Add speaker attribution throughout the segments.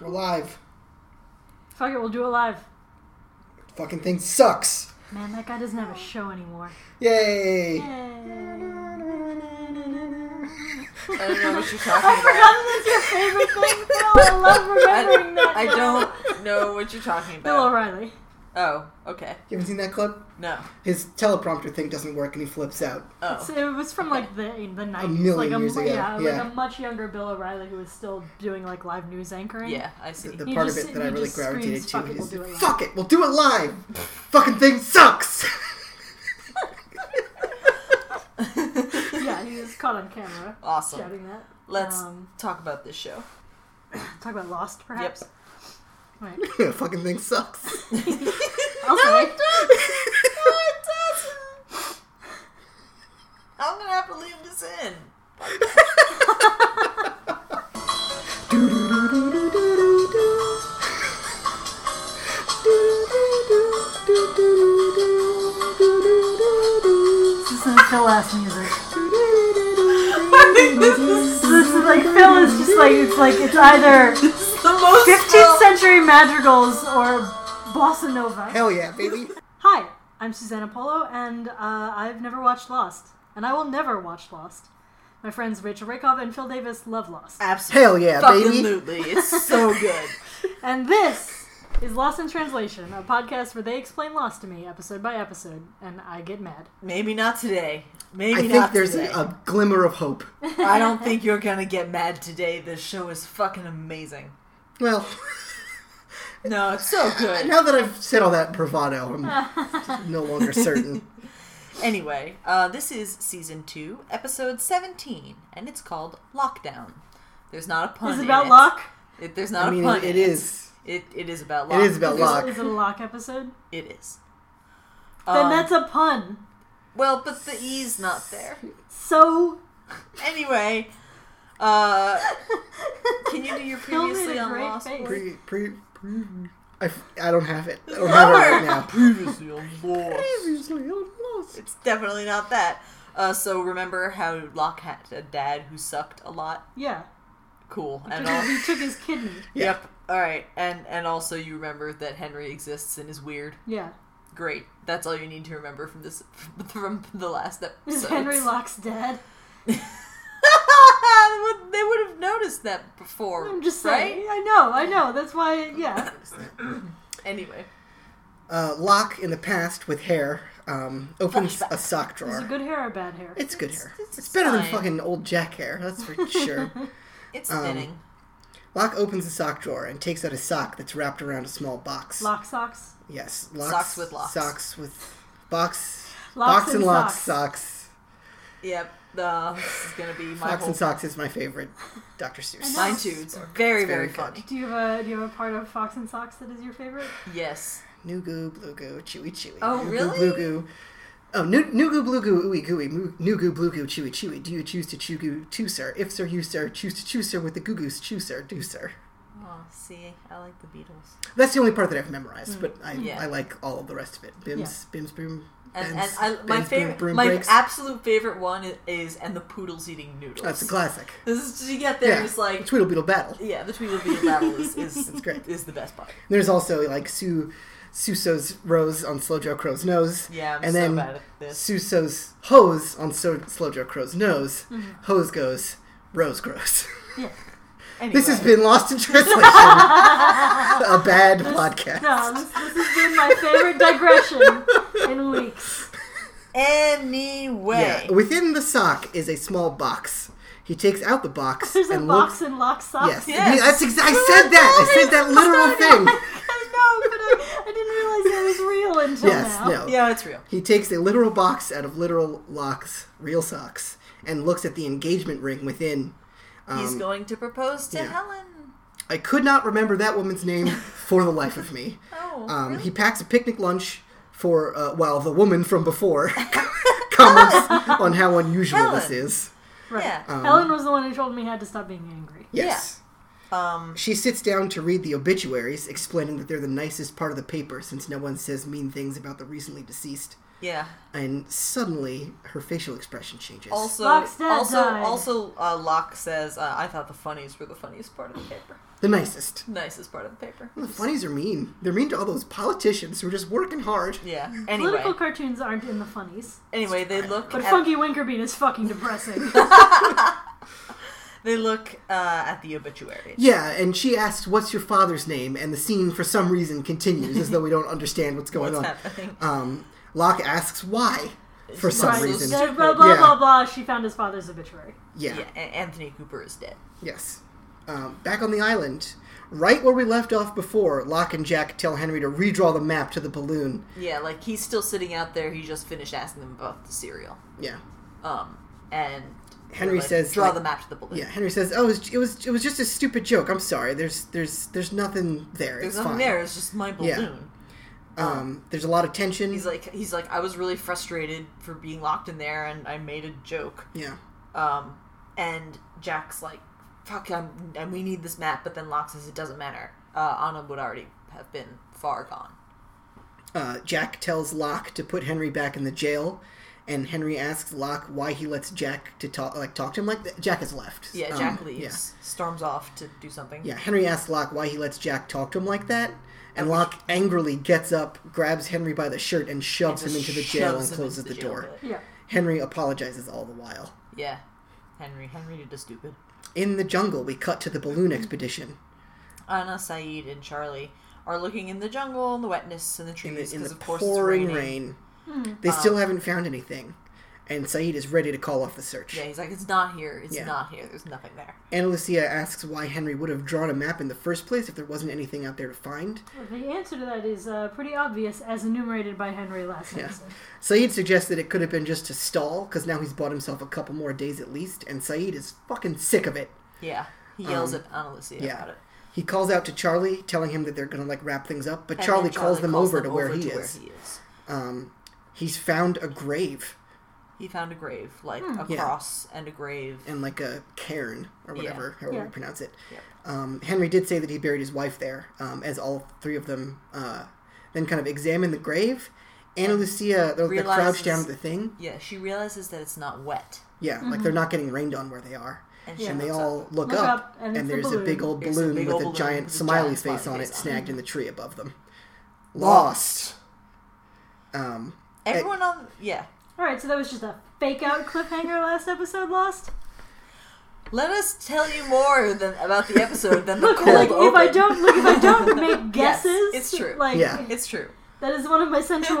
Speaker 1: We're live.
Speaker 2: Fuck it, we'll do it live.
Speaker 1: Fucking thing sucks.
Speaker 2: Man, that guy doesn't have a show anymore.
Speaker 1: Yay.
Speaker 3: I don't know what you're
Speaker 2: I
Speaker 3: talking
Speaker 2: forgot
Speaker 3: about.
Speaker 2: that that's your favorite thing, Phil. I love remembering that.
Speaker 3: I don't Uh, know what you're talking
Speaker 2: Bill
Speaker 3: about.
Speaker 2: O'Reilly.
Speaker 3: Oh, okay.
Speaker 1: You haven't seen that clip?
Speaker 3: No.
Speaker 1: His teleprompter thing doesn't work and he flips out.
Speaker 3: Oh.
Speaker 2: So it was from like the the nineties,
Speaker 1: million
Speaker 2: like a,
Speaker 1: years
Speaker 2: mu-
Speaker 1: ago,
Speaker 2: Yeah,
Speaker 1: yeah.
Speaker 2: like a much younger Bill O'Reilly who was still doing like live news anchoring.
Speaker 3: Yeah, I see.
Speaker 1: The
Speaker 2: He
Speaker 1: part
Speaker 2: just-
Speaker 1: of it that I
Speaker 2: he
Speaker 1: really
Speaker 2: just
Speaker 1: gravitated
Speaker 2: screams,
Speaker 1: to
Speaker 2: "Fuck it,
Speaker 1: is
Speaker 2: we'll do it
Speaker 1: fuck it, we'll do it
Speaker 2: live."
Speaker 1: live. Fucking thing sucks.
Speaker 2: yeah, he was caught on camera
Speaker 3: Awesome.
Speaker 2: shouting that.
Speaker 3: Let's
Speaker 2: um,
Speaker 3: talk about this show.
Speaker 2: talk about Lost, perhaps. Right.
Speaker 1: Fucking thing sucks.
Speaker 2: Okay.
Speaker 3: I'm gonna have to leave this in.
Speaker 2: This is some Phil ass music. this is like Phil is just like it's like it's either
Speaker 3: The most
Speaker 2: 15th century madrigals or bossa nova.
Speaker 1: Hell yeah, baby.
Speaker 2: Hi, I'm Susanna Polo, and uh, I've never watched Lost, and I will never watch Lost. My friends Rachel Rakoff and Phil Davis love Lost,
Speaker 3: Absolutely.
Speaker 1: Hell yeah, baby.
Speaker 3: Absolutely. It's so good.
Speaker 2: and this is Lost in Translation, a podcast where they explain Lost to me episode by episode, and I get mad.
Speaker 3: Maybe not today. Maybe
Speaker 1: I think
Speaker 3: not
Speaker 1: there's a,
Speaker 3: today.
Speaker 1: a glimmer of hope.
Speaker 3: I don't think you're gonna get mad today. This show is fucking amazing.
Speaker 1: Well,
Speaker 3: No, it's so good.
Speaker 1: now that I've said all that bravado, I'm no longer certain.
Speaker 3: Anyway, uh, this is season two, episode seventeen, and it's called Lockdown. There's not a pun.
Speaker 2: Is it
Speaker 3: in
Speaker 2: about Locke?
Speaker 3: Oh, It- there's not
Speaker 1: I
Speaker 3: a
Speaker 1: mean,
Speaker 3: pun.
Speaker 1: it
Speaker 3: in
Speaker 1: is.
Speaker 3: It it is about
Speaker 1: It
Speaker 3: Locke.
Speaker 1: is about Locke.
Speaker 2: Is, is it a Locke episode?
Speaker 3: It is.
Speaker 2: then
Speaker 3: Um,
Speaker 2: that's a pun.
Speaker 3: well, but the e's not there.
Speaker 2: So
Speaker 3: Anyway, uh, can you do your
Speaker 2: Phil made a
Speaker 3: previously on
Speaker 2: great
Speaker 3: Lost?
Speaker 2: face.
Speaker 3: voice?
Speaker 1: Pre, pre, pre. I, f- I don't have it. I don't have it right now.
Speaker 3: Previously on Lost.
Speaker 1: Previously on Lost.
Speaker 3: It's definitely not that. Uh, so remember how Locke had a dad who sucked a lot?
Speaker 2: yeah,
Speaker 3: Cool. And
Speaker 2: Because
Speaker 3: all-
Speaker 2: he took his kidney.
Speaker 3: yep. All right. And and also you remember that Henry exists and is weird.
Speaker 2: Yeah,
Speaker 3: Great. That's all you need to remember from this from the last episode.
Speaker 2: is Henry Locke's dad?
Speaker 3: Would- they would have noticed that before.
Speaker 2: I'm just
Speaker 3: right?
Speaker 2: saying. I know, I know. That's why. Yeah.
Speaker 3: Anyway,
Speaker 1: Uh, Locke in the past with hair um, opens
Speaker 3: Flashback.
Speaker 1: a sock
Speaker 2: Is
Speaker 1: drawer.
Speaker 2: it good hair or bad hair?
Speaker 1: it's good hair.
Speaker 3: it's-
Speaker 1: It's, better than
Speaker 3: fine.
Speaker 1: fucking old Jack hair. That's for sure.
Speaker 3: it's
Speaker 1: Um,
Speaker 3: thinning.
Speaker 1: Locke opens a sock drawer and takes out a sock that's wrapped around a small box.
Speaker 2: Lock socks.
Speaker 1: Yes, locks,
Speaker 3: Socks with locks.
Speaker 1: Socks with box.
Speaker 2: Locks
Speaker 1: box
Speaker 2: and
Speaker 1: and locks
Speaker 2: socks.
Speaker 1: socks.
Speaker 3: Yep. Uh, this is gonna be my
Speaker 1: Box
Speaker 3: whole.
Speaker 1: and socks is my favorite. Dr. Seuss.
Speaker 3: Mine too. It's very,
Speaker 1: It's very
Speaker 3: very,
Speaker 1: good.
Speaker 3: funny.
Speaker 2: Do you have a Do you have a part of Fox and Socks that is your favorite?
Speaker 3: Yes.
Speaker 1: New goo, blue goo, chewy, chewy.
Speaker 3: Oh,
Speaker 1: new
Speaker 3: really?
Speaker 1: Goo, blue goo. Oh, new, new goo, blue goo, ooey gooey. Moo- New goo, blue goo, chewy, chewy. Do you choose to chew goo, too, sir? If sir, you, sir. Choose to choose, sir, with the goo goose. Choose, sir, do, sir.
Speaker 3: Oh, see, I like the Beatles.
Speaker 1: That's the only part that I've memorized, but I,
Speaker 3: Yeah.
Speaker 1: I like all of the rest of it. Bims, bims, broom.
Speaker 3: And, and
Speaker 1: bends-
Speaker 3: I, my
Speaker 1: bends, broom,
Speaker 3: favorite,
Speaker 1: broom
Speaker 3: my
Speaker 1: breaks.
Speaker 3: absolute favorite one is, is and the poodles eating noodles.
Speaker 1: That's a classic.
Speaker 3: This is you get there,
Speaker 1: yeah.
Speaker 3: it's like
Speaker 1: Tweedle Beetle Battle.
Speaker 3: yeah, the Tweedledee battle is is,
Speaker 1: It's great.
Speaker 3: is the best part.
Speaker 1: There's also like Sue Suso's rose on Slow Joe Crow's nose.
Speaker 3: Yeah, I'm
Speaker 1: and
Speaker 3: so
Speaker 1: then
Speaker 3: bad at this.
Speaker 1: Suso's hose on so- Slow Joe Crow's nose. Hose goes, rose grows.
Speaker 2: Mm-hmm. Yeah.
Speaker 3: Anyway,
Speaker 1: this has been Lost in Translation, a bad podcast.
Speaker 2: No, this, this has been my favorite digression in weeks.
Speaker 3: anyway.
Speaker 1: Yeah, within the sock is a small box. He takes out the box
Speaker 2: There's a
Speaker 1: and
Speaker 2: box
Speaker 1: looks.
Speaker 2: and lock socks.
Speaker 1: Yes,
Speaker 3: Yes.
Speaker 1: he- that's ex- I said that. I said that literal thing.
Speaker 2: I know, but I, I didn't realize that was real until
Speaker 1: Yes,
Speaker 2: now.
Speaker 1: no.
Speaker 3: yeah, it's real.
Speaker 1: He takes a literal box out of literal locks, real socks, and looks at the engagement ring within.
Speaker 3: He's going to propose to
Speaker 1: Um, yeah.
Speaker 3: Helen.
Speaker 1: I could not remember that woman's name for the life of me.
Speaker 3: Oh,
Speaker 1: Um,
Speaker 3: really?
Speaker 1: He packs a picnic lunch for, uh, well, the woman from before comments on how unusual this
Speaker 3: Helen.
Speaker 1: is. Um,
Speaker 2: Right.
Speaker 3: yeah.
Speaker 2: Helen was the one who told me I had to stop being angry.
Speaker 1: Yes.
Speaker 3: Um,
Speaker 1: She sits down to read the obituaries, explaining that they're the nicest part of the paper since no one says mean things about the recently deceased.
Speaker 3: Yeah.
Speaker 1: and suddenly her facial expression changes.
Speaker 3: Also,
Speaker 2: Locke's dad
Speaker 3: also,
Speaker 2: died.
Speaker 3: also, uh, Locke says, uh, "I thought the funnies were the funniest part of the paper,
Speaker 1: the nicest.
Speaker 3: nicest part of the paper."
Speaker 1: The funnies are mean. They're mean to all those politicians who are just working hard.
Speaker 3: Yeah. Anyway,
Speaker 2: Political cartoons aren't in the funnies.
Speaker 3: anyway, they look.
Speaker 2: But
Speaker 3: at-
Speaker 2: Funky Winkerbean is fucking depressing.
Speaker 3: They look uh, at the obituary.
Speaker 1: Yeah, and she asks, "What's your father's name?" And the scene, for some reason, continues as though we don't understand what's going
Speaker 3: What's
Speaker 1: on.
Speaker 3: happening?
Speaker 1: Um, Locke asks why, for
Speaker 3: It's
Speaker 1: some
Speaker 2: Right.
Speaker 1: reason.
Speaker 2: Said blah blah
Speaker 1: Yeah.
Speaker 2: blah blah. She found his father's obituary.
Speaker 1: Yeah.
Speaker 3: Yeah, A- Anthony Cooper is dead.
Speaker 1: Yes. Um, back on the island, right where we left off before, Locke and Jack tell Henry to redraw the map to the balloon.
Speaker 3: Yeah, like he's still sitting out there. He just finished asking them about the cereal.
Speaker 1: Yeah.
Speaker 3: Um, and
Speaker 1: Henry
Speaker 3: like,
Speaker 1: says,
Speaker 3: "Draw
Speaker 1: like-
Speaker 3: the map to the balloon."
Speaker 1: Yeah. Henry says, "Oh, it was, it was it was just a stupid joke. I'm sorry. There's there's there's nothing there.
Speaker 3: There's
Speaker 1: it's
Speaker 3: nothing
Speaker 1: fine.
Speaker 3: there. It's just my balloon.
Speaker 1: Yeah. Um, there's a lot of tension.
Speaker 3: He's like, he's like, I was really frustrated for being locked in there, and I made a joke.
Speaker 1: yeah.
Speaker 3: Um, and Jack's like, "Fuck, I'm, and we need this map." But then Locke says, "It doesn't matter. Uh, Anna would already have been far gone."
Speaker 1: Uh, Jack tells Locke to put Henry back in the jail, and Henry asks Locke why he lets Jack to talk like talk to him. Like th- Jack has left.
Speaker 3: Yeah,
Speaker 1: Um,
Speaker 3: Jack
Speaker 1: yeah.
Speaker 3: leaves, storms off to do something.
Speaker 1: Yeah, Henry asks Locke why he lets Jack talk to him like that, and Locke angrily gets up, grabs Henry by the shirt, and shoves him
Speaker 3: Just
Speaker 1: into the jail
Speaker 3: shoves
Speaker 1: and
Speaker 3: him
Speaker 1: closes
Speaker 3: into
Speaker 1: the,
Speaker 3: jail
Speaker 1: door.
Speaker 3: bit.
Speaker 2: Yeah.
Speaker 1: Henry apologizes all the while.
Speaker 3: Yeah, Henry, Henry did the stupid.
Speaker 1: In the jungle, we cut to the balloon expedition.
Speaker 3: Anna, Saeed, and Charlie are looking in the jungle in the wetness and the
Speaker 1: In the,
Speaker 3: trees
Speaker 1: in
Speaker 3: because
Speaker 1: the
Speaker 3: of course it's
Speaker 1: pouring
Speaker 3: raining. Um,
Speaker 1: rain, they still haven't found anything, and Saeed is ready to call off the search.
Speaker 3: Yeah, he's like, it's not here. It's
Speaker 1: Yeah.
Speaker 3: not here. There's nothing there.
Speaker 1: Anna Lucia asks why Henry would have drawn a map in the first place if there wasn't anything out there to find.
Speaker 2: The answer to that is uh, pretty obvious, as enumerated by Henry last
Speaker 1: Yeah.
Speaker 2: episode.
Speaker 1: Saeed suggests that it could have been just to stall, because now he's bought himself a couple more days at least, and Saeed is fucking sick of it.
Speaker 3: Yeah, he yells at Anna Lucia
Speaker 1: Um, yeah.
Speaker 3: about it.
Speaker 1: He calls out to Charlie, telling him that they're gonna like wrap things up, but
Speaker 3: And
Speaker 1: Charlie,
Speaker 3: then
Speaker 1: calls them over to where he
Speaker 3: to
Speaker 1: is. Um, he's found a grave
Speaker 3: He found a grave, like a
Speaker 1: Hmm. Yeah.
Speaker 3: cross and a grave.
Speaker 1: and like a cairn or
Speaker 3: Yeah.
Speaker 1: whatever, however
Speaker 2: Yeah.
Speaker 1: you pronounce it.
Speaker 3: Yep.
Speaker 1: Um, Henry did say that he buried his wife there, um, as all three of them uh, then kind of examine the grave. Anna Lucia, they're like
Speaker 3: Realizes-
Speaker 1: crouched down at the thing.
Speaker 3: Yeah, she realizes that it's not wet.
Speaker 1: Yeah, like they're not getting rained on where they are.
Speaker 3: And she
Speaker 1: And they
Speaker 3: looks
Speaker 1: all
Speaker 3: up.
Speaker 1: look,
Speaker 2: Look
Speaker 1: up,
Speaker 2: up,
Speaker 1: and,
Speaker 2: and it's a
Speaker 1: there's a
Speaker 2: balloon.
Speaker 1: big old
Speaker 3: There's a
Speaker 1: balloon
Speaker 3: big
Speaker 1: with
Speaker 3: old
Speaker 1: a
Speaker 3: balloon
Speaker 1: giant
Speaker 3: with a
Speaker 1: smiley
Speaker 3: giant
Speaker 1: face
Speaker 3: smiley
Speaker 1: on it
Speaker 3: face on it.
Speaker 1: snagged in the tree above them. Lost. Um,
Speaker 3: Everyone on, yeah.
Speaker 2: All right, so that was just a fake out cliffhanger last episode. Lost.
Speaker 3: Let us tell you more than about the episode than the
Speaker 2: Look,
Speaker 3: cold
Speaker 2: like, if
Speaker 3: open.
Speaker 2: I don't look, if I don't make guesses,
Speaker 3: it's true.
Speaker 2: Like
Speaker 1: Yeah.
Speaker 3: It's true.
Speaker 2: that is one of my central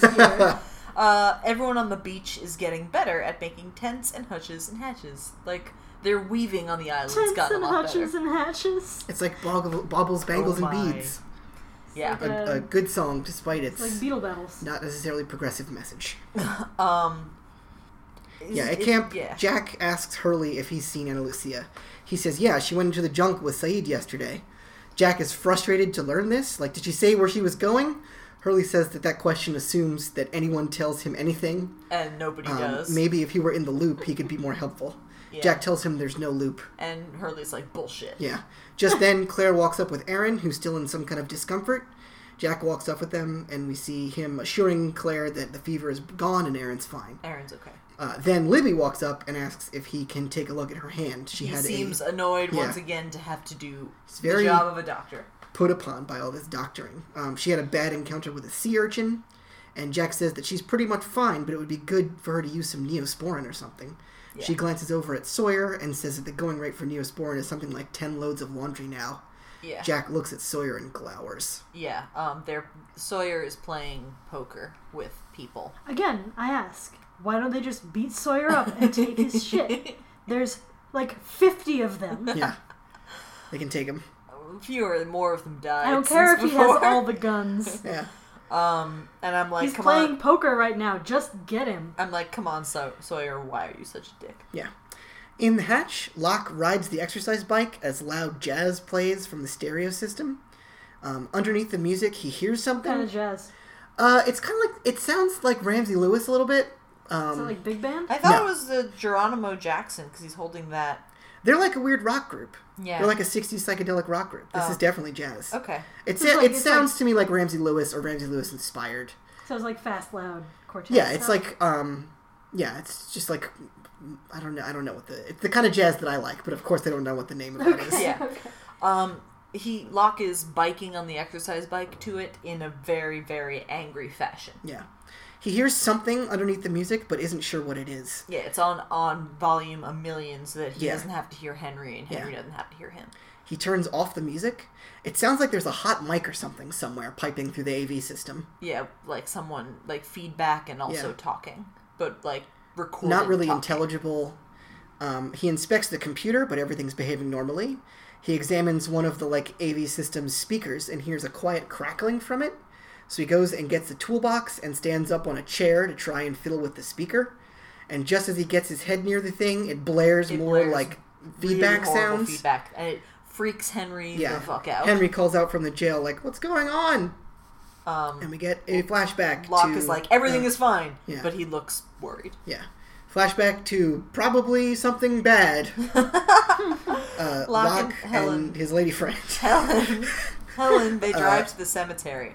Speaker 2: here.
Speaker 3: Uh, everyone on the beach is getting better at making tents and hutches and hatches. Like they're weaving on the island. It's
Speaker 2: Tents
Speaker 3: gotten
Speaker 2: and
Speaker 3: a lot
Speaker 2: hutches
Speaker 3: better.
Speaker 2: and hatches.
Speaker 1: it's like boggle, bobbles, bangles,
Speaker 3: Oh my. Um,
Speaker 1: and beads.
Speaker 3: Yeah.
Speaker 2: Like,
Speaker 1: A, a
Speaker 2: uh,
Speaker 1: good song, despite its
Speaker 2: like beetle battles.
Speaker 1: not necessarily progressive message.
Speaker 3: Um.
Speaker 1: Yeah,
Speaker 3: it-
Speaker 1: at camp,
Speaker 3: yeah.
Speaker 1: Jack asks Hurley if he's seen Anna Lucia. He says, "Yeah, she went into the junk with Saeed yesterday." Jack is frustrated to learn this. Like, did she say where she was going? Hurley says that that question assumes that anyone tells him anything.
Speaker 3: and nobody
Speaker 1: Um,
Speaker 3: does.
Speaker 1: Maybe if he were in the loop, he could be more helpful.
Speaker 3: Yeah.
Speaker 1: Jack tells him there's no loop.
Speaker 3: And Hurley's like bullshit.
Speaker 1: Yeah. Just then, Claire walks up with Aaron, who's still in some kind of discomfort. Jack walks up with them, and we see him assuring Claire that the fever is gone and Aaron's fine.
Speaker 3: Aaron's okay.
Speaker 1: Uh, then Libby walks up and asks if he can take a look at her hand. She
Speaker 3: He
Speaker 1: had
Speaker 3: seems
Speaker 1: a
Speaker 3: annoyed once
Speaker 1: yeah.
Speaker 3: again to have to do
Speaker 1: very-
Speaker 3: the job of a doctor.
Speaker 1: put upon by all this doctoring. Um, she had a bad encounter with a sea urchin, and Jack says that she's pretty much fine, but it would be good for her to use some neosporin or something. She glances over at Sawyer and says that the going rate for neosporin is something like ten loads of laundry now.
Speaker 3: Yeah.
Speaker 1: Jack looks at Sawyer and glowers.
Speaker 3: Yeah. Um. Their Sawyer is playing poker with people.
Speaker 2: Again, I ask, why don't they just beat Sawyer up and take his shit? There's like 50 of them.
Speaker 1: Yeah, they can take him.
Speaker 3: Fewer, more of them died.
Speaker 2: I don't care if
Speaker 3: since
Speaker 2: he has
Speaker 3: before.
Speaker 2: all the guns.
Speaker 1: Yeah,
Speaker 3: Um. And I'm like,
Speaker 2: He's
Speaker 3: come
Speaker 2: playing
Speaker 3: on.
Speaker 2: poker right now. Just get him.
Speaker 3: I'm like, come on, Saw- Sawyer. Why are you such a dick?
Speaker 1: yeah. In the hatch, Locke rides the exercise bike as loud jazz plays from the stereo system. Um, underneath the music, he hears something.
Speaker 2: Kind of jazz.
Speaker 1: Uh, it's kind of like it sounds like Ramsey Lewis a little bit.
Speaker 2: Is it
Speaker 1: Um,
Speaker 2: like big band?
Speaker 3: I thought
Speaker 1: No.
Speaker 3: it was the Geronimo Jackson because he's holding that.
Speaker 1: they're like a weird rock group.
Speaker 3: Yeah.
Speaker 1: They're like a '60s psychedelic rock group. This
Speaker 3: Oh.
Speaker 1: is definitely jazz.
Speaker 3: Okay.
Speaker 1: It's,
Speaker 2: It's
Speaker 1: it,
Speaker 2: like-
Speaker 1: it
Speaker 2: it's
Speaker 1: sounds to me like Ramsey Lewis or Ramsey Lewis inspired.
Speaker 2: Sounds like fast, loud. Quartet.
Speaker 1: Yeah, it's
Speaker 2: style?
Speaker 1: like um, yeah, it's just like I don't know, I don't know what the it's the kind of jazz that I like, but of course I don't know what the name of it is.
Speaker 2: Okay.
Speaker 3: Yeah. Um, he Locke is biking on the exercise bike to it in a very very angry fashion.
Speaker 1: Yeah, he hears something underneath the music, but isn't sure what it is.
Speaker 3: Yeah, it's on on volume a million so that he
Speaker 1: Yeah.
Speaker 3: doesn't have to hear Henry and Henry
Speaker 1: Yeah.
Speaker 3: doesn't have to hear him.
Speaker 1: He turns off the music. It sounds like there's a hot mic or something somewhere piping through the AV system.
Speaker 3: Yeah, like someone like feedback and also
Speaker 1: Yeah.
Speaker 3: talking, but like recorded.
Speaker 1: Not really
Speaker 3: talking.
Speaker 1: intelligible. Um, he inspects the computer, but everything's behaving normally. He examines one of the like AV system's speakers and hears a quiet crackling from it. So he goes and gets the toolbox and stands up on a chair to try and fiddle with the speaker. And just as he gets his head near the thing, it blares
Speaker 3: It
Speaker 1: more
Speaker 3: blares
Speaker 1: like
Speaker 3: Really
Speaker 1: feedback
Speaker 3: horrible
Speaker 1: sounds.
Speaker 3: Feedback and it freaks Henry the fuck out.
Speaker 1: Henry calls out from the jail, like, "What's going on?"
Speaker 3: um,
Speaker 1: And we get a flashback.
Speaker 3: Locke
Speaker 1: to,
Speaker 3: is like "Eh." everything
Speaker 1: uh,
Speaker 3: is fine,
Speaker 1: yeah.
Speaker 3: but he looks worried.
Speaker 1: yeah. Flashback to probably something bad. uh, Locke,
Speaker 3: Locke and Helen.
Speaker 1: and his lady friend,
Speaker 3: Helen, Helen, they drive to the cemetery.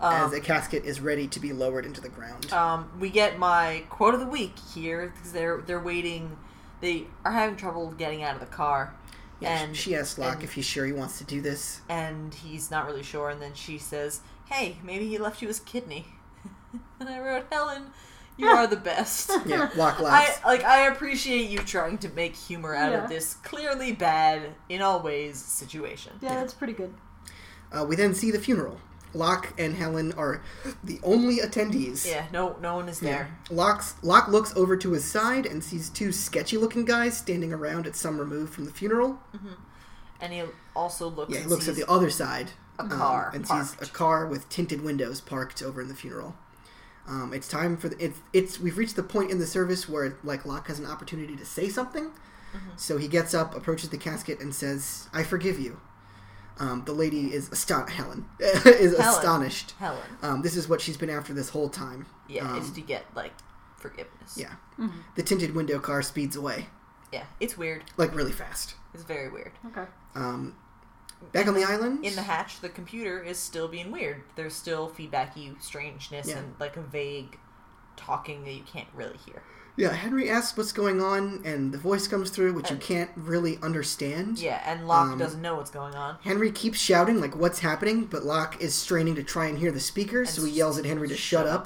Speaker 1: as
Speaker 3: Um,
Speaker 1: a casket is ready to be lowered into the ground.
Speaker 3: um, we get my quote of the week here because they're they're waiting. They are having trouble getting out of the car,
Speaker 1: yeah, sh-
Speaker 3: and
Speaker 1: she asks Locke
Speaker 3: and-
Speaker 1: if he's sure he wants to do this.
Speaker 3: and he's not really sure. And then she says, "Hey, maybe he left you his kidney." and I wrote, "Helen, you are the best."
Speaker 1: Yeah, Locke
Speaker 3: I
Speaker 1: laughs.
Speaker 3: like I appreciate you trying to make humor out
Speaker 2: Yeah.
Speaker 3: of this clearly bad in all ways situation.
Speaker 2: yeah, that's pretty good.
Speaker 1: Uh, we then see the funeral. Locke and Helen are the only attendees.
Speaker 3: Yeah, no no one is
Speaker 1: Yeah.
Speaker 3: there.
Speaker 1: Locke's, Locke looks over to his side and sees two sketchy looking guys standing around at some remove from the funeral.
Speaker 3: And he also looks
Speaker 1: Yeah, he
Speaker 3: and
Speaker 1: looks at
Speaker 3: sees
Speaker 1: the other side um,
Speaker 3: a car
Speaker 1: and sees a
Speaker 3: parked.
Speaker 1: car with tinted windows parked over in the funeral. Um, it's time for the, it's it's we've reached the point in the service where like Locke has an opportunity to say something,
Speaker 3: Mm-hmm.
Speaker 1: so he gets up, approaches the casket, and says, "I forgive you." Um, the lady is aston Helen is astonished.
Speaker 3: Helen.
Speaker 1: Um, this is what she's been after this whole time.
Speaker 3: Yeah,
Speaker 1: Um,
Speaker 3: is to get like forgiveness.
Speaker 1: yeah.
Speaker 3: Mm-hmm.
Speaker 1: The tinted window car speeds away
Speaker 3: Yeah. It's weird.
Speaker 1: like really fast.
Speaker 3: It's very weird.
Speaker 2: Okay.
Speaker 1: Um, back on the island,
Speaker 3: In the hatch, the computer is still being weird. There's still feedbacky strangeness
Speaker 1: Yeah.
Speaker 3: and like a vague talking that you can't really hear.
Speaker 1: Yeah, Henry asks what's going on, and the voice comes through, which you can't really understand.
Speaker 3: Yeah, and Locke
Speaker 1: Um,
Speaker 3: doesn't know what's going on.
Speaker 1: Henry keeps shouting, like, what's happening, but Locke is straining to try and hear the speaker, so he
Speaker 3: s-
Speaker 1: yells at Henry to shut up.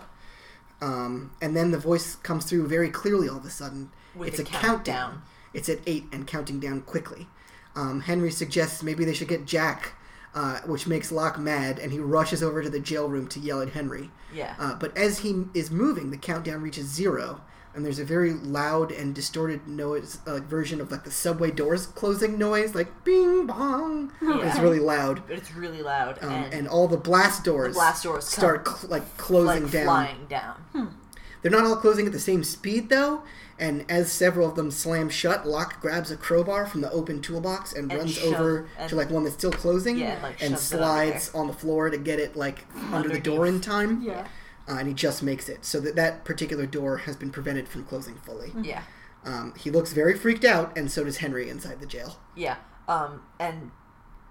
Speaker 1: Um, and then the voice comes through very clearly all of a sudden.
Speaker 3: With
Speaker 1: it's
Speaker 3: a
Speaker 1: a, countdown.
Speaker 3: countdown.
Speaker 1: It's at eight and counting down quickly. Um, Henry suggests maybe they should get Jack, uh, which makes Locke mad, and he rushes over to the jail room to yell at Henry.
Speaker 3: Yeah.
Speaker 1: Uh, but as he is moving, the countdown reaches zero, and there's a very loud and distorted noise uh, version of like the subway doors closing noise, like bing bong.
Speaker 3: Oh, Yeah.
Speaker 1: It's really loud,
Speaker 3: but it's really loud
Speaker 1: um,
Speaker 3: and,
Speaker 1: and, all the blast doors,
Speaker 3: blast doors come
Speaker 1: start cl- like closing
Speaker 3: like
Speaker 1: down.
Speaker 3: flying down.
Speaker 1: They're not all closing at the same speed though, and as several of them slam shut, Locke grabs a crowbar from the open toolbox and,
Speaker 3: And
Speaker 1: runs
Speaker 3: shove-
Speaker 1: over
Speaker 3: and-
Speaker 1: to like one that's still closing,
Speaker 3: Yeah, like,
Speaker 1: and
Speaker 3: shoves it under there.
Speaker 1: slides on the floor to get it like under the door in
Speaker 3: Underneath.
Speaker 1: time
Speaker 2: Yeah.
Speaker 1: uh, and he just makes it so that that particular door has been prevented from closing fully.
Speaker 3: Yeah.
Speaker 1: Um, he looks very freaked out, and so does Henry inside the jail.
Speaker 3: Yeah. Um and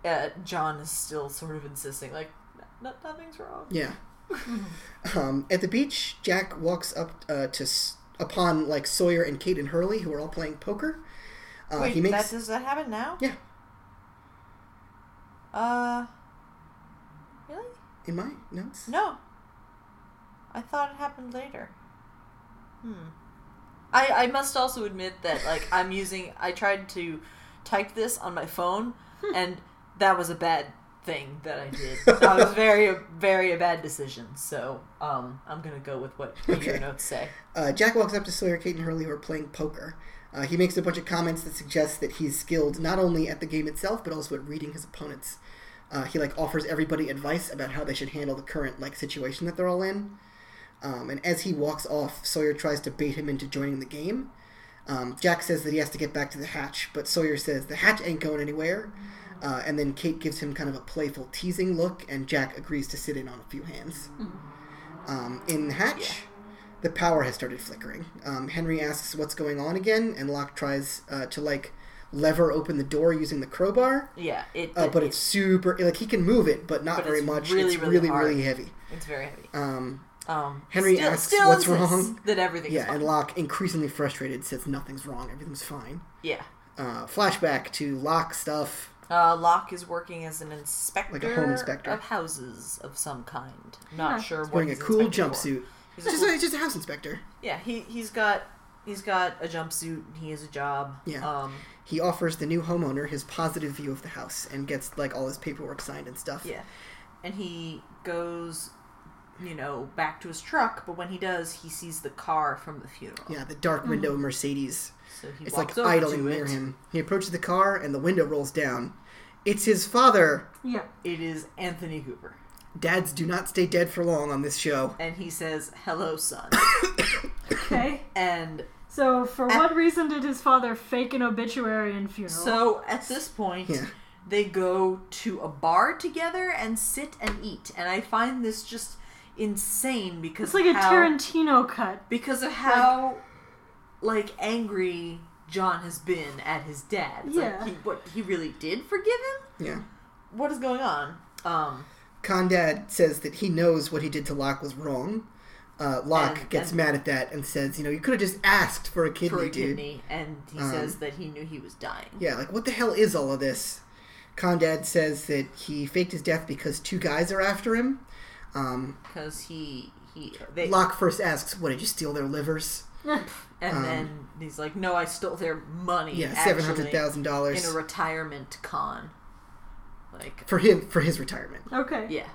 Speaker 3: uh, John is still sort of insisting like "No- nothing's wrong.
Speaker 1: Yeah. um, at the beach, Jack walks up uh, to s- upon like Sawyer and Kate and Hurley, who are all playing poker. Uh,
Speaker 3: Wait,
Speaker 1: he
Speaker 3: that
Speaker 1: makes
Speaker 3: does that happen now?
Speaker 1: yeah.
Speaker 3: Uh, really?
Speaker 1: In my notes,
Speaker 3: No. I thought it happened later. Hmm. I I must also admit that like I'm using I tried to type this on my phone
Speaker 1: Hmm.
Speaker 3: and that was a bad thing that I did. That was very very a bad decision. So um I'm gonna go with what your
Speaker 1: Okay.
Speaker 3: notes say.
Speaker 1: uh, Jack walks up to Sawyer, Kate, and Hurley, who are playing poker. Uh, he makes a bunch of comments that suggest that he's skilled not only at the game itself, but also at reading his opponents. Uh, he like offers everybody advice about how they should handle the current like situation that they're all in. Um, and as he walks off, Sawyer tries to bait him into joining the game. Um, Jack says that he has to get back to the hatch, but Sawyer says the hatch ain't going anywhere. Uh, and then Kate gives him kind of a playful teasing look, and Jack agrees to sit in on a few hands. Um, in the hatch, the power has started flickering. Um, Henry asks what's going on again, and Locke tries uh, to like lever open the door using the crowbar,
Speaker 3: Yeah, it.
Speaker 1: uh, but
Speaker 3: it-
Speaker 1: it's super like he can move it, but not
Speaker 3: But
Speaker 1: very
Speaker 3: it's
Speaker 1: much.
Speaker 3: really,
Speaker 1: it's
Speaker 3: really
Speaker 1: really,
Speaker 3: hard.
Speaker 1: really heavy.
Speaker 3: it's very heavy.
Speaker 1: Um,
Speaker 3: Um,
Speaker 1: Henry
Speaker 3: still,
Speaker 1: asks
Speaker 3: still
Speaker 1: what's
Speaker 3: insists
Speaker 1: wrong.
Speaker 3: That everything is
Speaker 1: Yeah,
Speaker 3: fine.
Speaker 1: and Locke, increasingly frustrated, says nothing's wrong, everything's fine.
Speaker 3: yeah.
Speaker 1: Uh, flashback to Locke stuff.
Speaker 3: Uh, Locke is working as an inspector,
Speaker 1: inspector.
Speaker 3: of houses of some kind. Not
Speaker 2: Yeah.
Speaker 3: sure what
Speaker 1: Wearing a
Speaker 3: he's
Speaker 1: cool
Speaker 3: inspecting for.
Speaker 1: jumpsuit.
Speaker 3: He's a
Speaker 1: It's just,
Speaker 3: cool-
Speaker 1: it's just a house inspector.
Speaker 3: yeah, he he's got he's got a jumpsuit. and He has a job.
Speaker 1: Yeah.
Speaker 3: Um,
Speaker 1: He offers the new homeowner his positive view of the house and gets like all his paperwork signed and stuff.
Speaker 3: yeah, and he goes, you know, back to his truck. But when he does, he sees the car from the funeral.
Speaker 1: Yeah, the dark window
Speaker 3: Mm-hmm.
Speaker 1: Mercedes.
Speaker 3: So he
Speaker 1: It's
Speaker 3: walks
Speaker 1: like
Speaker 3: over
Speaker 1: idling
Speaker 3: to
Speaker 1: near
Speaker 3: it.
Speaker 1: him. He approaches the car and the window rolls down. It's his father.
Speaker 2: Yeah.
Speaker 3: It is Anthony Hooper,
Speaker 1: Dads do not stay dead for long on this show.
Speaker 3: and he says, "Hello, son."
Speaker 2: Okay.
Speaker 3: and
Speaker 2: So, for what reason did his father fake an obituary and funeral?
Speaker 3: so at this point,
Speaker 1: Yeah.
Speaker 3: they go to a bar together and sit and eat. And I find this just insane because
Speaker 2: it's like a
Speaker 3: how,
Speaker 2: Tarantino cut.
Speaker 3: because of how like, angry John has been at his dad. It's like,
Speaker 2: Yeah.
Speaker 3: he, what he really did forgive him.
Speaker 1: Yeah.
Speaker 3: What is going on? Um,
Speaker 1: Condad says that he knows what he did to Locke was wrong. Uh, Locke
Speaker 3: And-
Speaker 1: gets
Speaker 3: and-
Speaker 1: mad at that and says, you know, you could have just asked for a kidney,
Speaker 3: for a
Speaker 1: dude.
Speaker 3: kidney, and he
Speaker 1: Um,
Speaker 3: says that he knew he was dying.
Speaker 1: Yeah, like, what the hell is all of this? Condad says that he faked his death because two guys are after him. Um,
Speaker 3: because he he they
Speaker 1: Locke first asks, what, did you steal their livers?
Speaker 3: and
Speaker 1: um,
Speaker 3: then he's like, no, I stole their money.
Speaker 1: Yeah,
Speaker 3: actually, in a
Speaker 1: $700,000
Speaker 3: retirement con. Like,
Speaker 1: for him, for his retirement.
Speaker 2: Okay.
Speaker 3: yeah,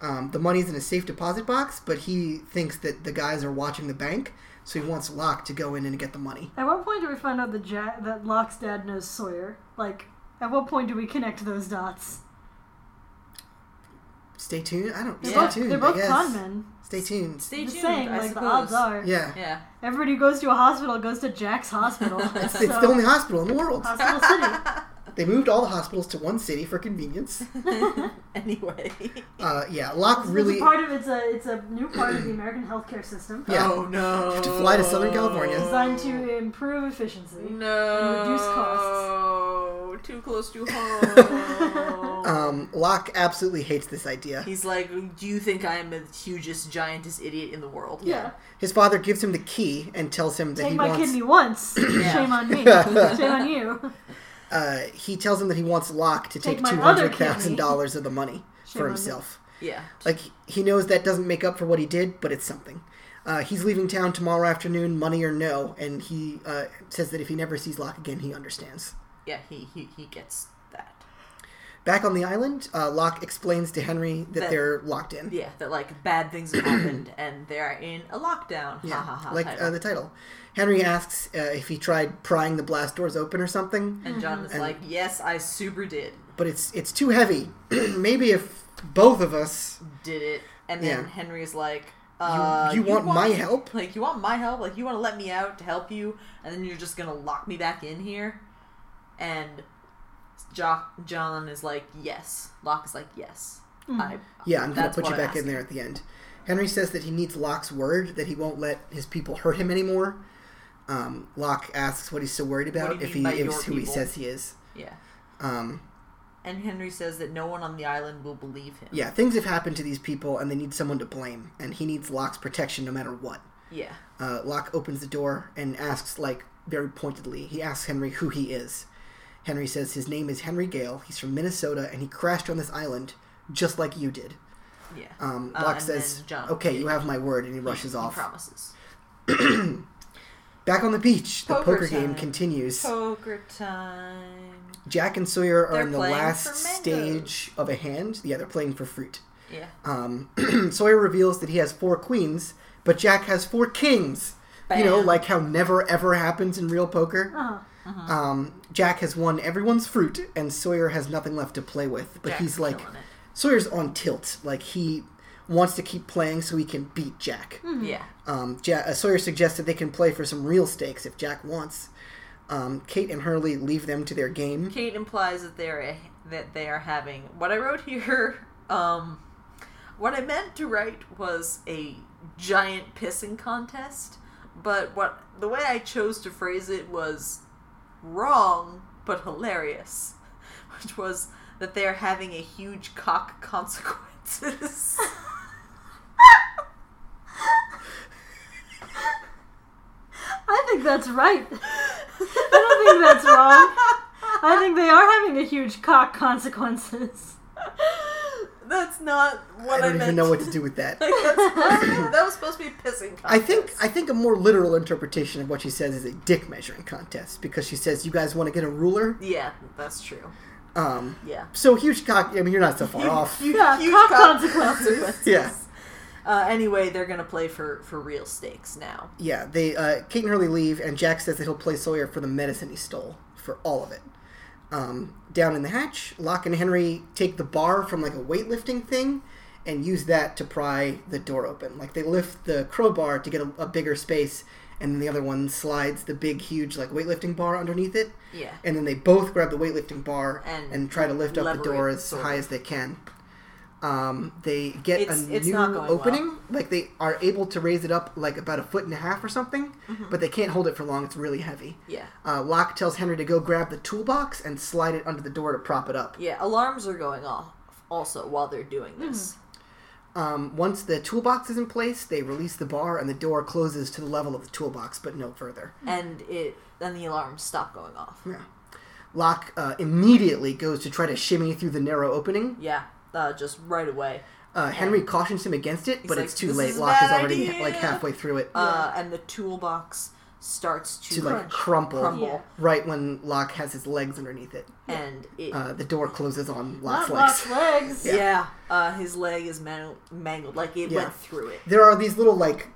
Speaker 1: Um, the money's in a safe deposit box, but he thinks that the guys are watching the bank, so he wants Locke to go in and get the money.
Speaker 2: At what point do we find out that ja- that Locke's dad knows Sawyer? Like, at what point do we connect those dots?
Speaker 1: Stay tuned. I don't. Stay
Speaker 2: They're
Speaker 3: Yeah.
Speaker 2: both,
Speaker 1: tuned.
Speaker 2: they're
Speaker 1: I
Speaker 2: both
Speaker 1: guess.
Speaker 2: con men.
Speaker 1: Stay tuned.
Speaker 3: stay
Speaker 2: Just
Speaker 3: tuned.
Speaker 2: saying,
Speaker 3: I
Speaker 2: like
Speaker 3: suppose.
Speaker 2: the odds are,
Speaker 1: Yeah.
Speaker 3: Yeah,
Speaker 2: everybody who goes to a hospital goes to Jack's hospital.
Speaker 1: It's,
Speaker 2: so-
Speaker 1: it's the only hospital in the world.
Speaker 2: hospital city.
Speaker 1: They moved all the hospitals to one city for convenience.
Speaker 3: anyway.
Speaker 1: Uh, yeah, Locke really.
Speaker 2: Really? It's a part of it's a it's a new part of the American healthcare system
Speaker 1: Yeah.
Speaker 3: Oh no.
Speaker 1: To fly to Southern California.
Speaker 2: designed to improve efficiency.
Speaker 3: no.
Speaker 2: reduce
Speaker 3: costs. Too close to home.
Speaker 1: Um, Locke absolutely hates this idea.
Speaker 3: He's like, do you think I'm the hugest, giantest idiot in the world?
Speaker 2: Yeah.
Speaker 1: His father gives him the key and tells him that
Speaker 2: Take
Speaker 1: he
Speaker 2: my
Speaker 1: wants.
Speaker 2: kidney once. Shame on me. Shame on you.
Speaker 1: Uh, he tells him that he wants Locke to
Speaker 2: Take
Speaker 1: take
Speaker 2: my
Speaker 1: two
Speaker 2: other
Speaker 1: hundred thousand dollars of the money
Speaker 2: Shame
Speaker 1: for
Speaker 2: on
Speaker 1: himself.
Speaker 3: Yeah.
Speaker 1: Like he knows that doesn't make up for what he did, but it's something. Uh, he's leaving town tomorrow afternoon, money or no, and he uh, says that if he never sees Locke again, he understands.
Speaker 3: Yeah. He he he gets that.
Speaker 1: Back on the island, uh, Locke explains to Henry that,
Speaker 3: That-
Speaker 1: they're locked in.
Speaker 3: Yeah, that like bad things have happened and they're in a lockdown. Ha ha ha.
Speaker 1: like
Speaker 3: type
Speaker 1: uh, the title. Henry asks uh, if he tried prying the blast doors open or something,
Speaker 3: And John is like, "Yes, I super did,
Speaker 1: but it's it's too heavy. Maybe if both of us,
Speaker 3: did it." And then
Speaker 1: Yeah.
Speaker 3: Henry is like, uh,
Speaker 1: you want my help?"
Speaker 3: Like, you want my help? Like, you want to let me out to help you, and then you're just gonna lock me back in here?" And jo- John is like, "Yes." Locke is like, "Yes." I,
Speaker 1: yeah, I'm gonna
Speaker 3: that's
Speaker 1: put you
Speaker 3: what I
Speaker 1: back in
Speaker 3: asked.
Speaker 1: there at the end. Henry says that he needs Locke's word that he won't let his people hurt him anymore. Um, Locke asks what he's so worried
Speaker 3: do you
Speaker 1: about if
Speaker 3: mean
Speaker 1: he
Speaker 3: by
Speaker 1: is
Speaker 3: your
Speaker 1: who he
Speaker 3: people?
Speaker 1: says he is.
Speaker 3: Yeah.
Speaker 1: Um,
Speaker 3: And Henry says that no one on the island will believe him.
Speaker 1: yeah, things have happened to these people, and they need someone to blame, and he needs Locke's protection no matter what.
Speaker 3: Yeah.
Speaker 1: uh, Locke opens the door and asks, like, very pointedly, he asks Henry who he is. Henry says his name is Henry Gale, he's from Minnesota, and he crashed on this island just like you did.
Speaker 3: Yeah.
Speaker 1: Um,
Speaker 3: Uh,
Speaker 1: Locke
Speaker 3: and
Speaker 1: says,
Speaker 3: then John-
Speaker 1: Okay, you have my word, and he rushes
Speaker 3: he
Speaker 1: off.
Speaker 3: Promises.
Speaker 1: Back on the beach, the
Speaker 3: Poker
Speaker 1: poker game
Speaker 3: time.
Speaker 1: continues.
Speaker 3: Poker time.
Speaker 1: Jack and Sawyer are
Speaker 3: They're
Speaker 1: in the
Speaker 3: playing
Speaker 1: last
Speaker 3: for mangoes.
Speaker 1: stage of a hand. Yeah, they're playing for fruit.
Speaker 3: Yeah.
Speaker 1: Um, Sawyer reveals that he has four queens, but Jack has four kings. You know,
Speaker 3: Bam.
Speaker 1: like how never ever happens in real poker.
Speaker 2: Uh-huh.
Speaker 1: Um, Jack has won everyone's fruit, and Sawyer has nothing left to play with. But
Speaker 3: Jack's
Speaker 1: he's like,
Speaker 3: killing it.
Speaker 1: Sawyer's on tilt. Like he wants to keep playing so he can beat Jack.
Speaker 3: Yeah.
Speaker 1: Um, ja- uh, Sawyer suggests that they can play for some real stakes if Jack wants. Um, Kate and Hurley leave them to their game.
Speaker 3: Kate implies that they're a, that they are having what I wrote here. Um, what I meant to write was a giant pissing contest, but what the way I chose to phrase it was wrong but hilarious, which was that they are having a huge cock consequences.
Speaker 2: think that's right. I don't think that's wrong. I think they are having a huge cock consequences.
Speaker 3: That's not
Speaker 1: I
Speaker 3: what I,
Speaker 1: don't
Speaker 3: meant.
Speaker 1: even know what to do with that.
Speaker 3: Like, that's- that was supposed to be pissing. Contest.
Speaker 1: I think I think a more literal interpretation of what she says is a dick measuring contest because she says you guys want to get a ruler.
Speaker 3: Yeah, that's true.
Speaker 1: Um,
Speaker 3: Yeah.
Speaker 1: so huge cock. I mean, you're not so far off.
Speaker 2: Yeah,
Speaker 3: Huge
Speaker 2: cock
Speaker 3: con-
Speaker 2: consequences.
Speaker 1: Yeah.
Speaker 3: Uh, anyway, they're gonna play for for real stakes now.
Speaker 1: Yeah, they uh, Kate and Hurley leave, and Jack says that he'll play Sawyer for the medicine he stole for all of it. Um, down in the hatch, Locke and Henry take the bar from like a weightlifting thing and use that to pry the door open. Like they lift the crowbar to get a, a bigger space, and then the other one slides the big, huge like weightlifting bar underneath it.
Speaker 3: Yeah.
Speaker 1: And then they both grab the weightlifting bar
Speaker 3: And
Speaker 1: and, try to lift up the
Speaker 3: lever
Speaker 1: door
Speaker 3: it
Speaker 1: as
Speaker 3: sort
Speaker 1: high
Speaker 3: of.
Speaker 1: as they can. Um, they get
Speaker 3: It's-
Speaker 1: a
Speaker 3: it's
Speaker 1: new
Speaker 3: not going
Speaker 1: opening.
Speaker 3: well.
Speaker 1: Like they are able to raise it up like about a foot and a half or something, but they can't hold it for long. It's really heavy.
Speaker 3: Mm-hmm. Yeah.
Speaker 1: Uh, Locke tells Henry to go grab the toolbox and slide it under the door to prop it up.
Speaker 3: Yeah. Alarms are going off also while they're doing this.
Speaker 1: Um, once the toolbox is in place, they release the bar and the door closes to the level of the toolbox, but no further.
Speaker 3: and it then the alarms stop going off.
Speaker 1: Yeah. Locke uh, immediately goes to try to shimmy through the narrow opening.
Speaker 3: Yeah, uh, just right away.
Speaker 1: Uh, Henry cautions him against it, but
Speaker 3: like,
Speaker 1: it's too
Speaker 3: "This
Speaker 1: late.
Speaker 3: is a
Speaker 1: Locke is
Speaker 3: bad
Speaker 1: already
Speaker 3: idea."
Speaker 1: like halfway through it.
Speaker 3: Uh, and the toolbox starts to,
Speaker 1: to like
Speaker 3: crunch,
Speaker 1: crumple,
Speaker 3: crumble,
Speaker 1: right when Locke has his legs underneath it.
Speaker 3: and it.
Speaker 1: Uh, the door closes on Locke's
Speaker 2: Not
Speaker 1: legs.
Speaker 2: lost legs.
Speaker 3: yeah, uh, his leg is man- mangled. Like it
Speaker 1: Yeah.
Speaker 3: went through it.
Speaker 1: There are these little like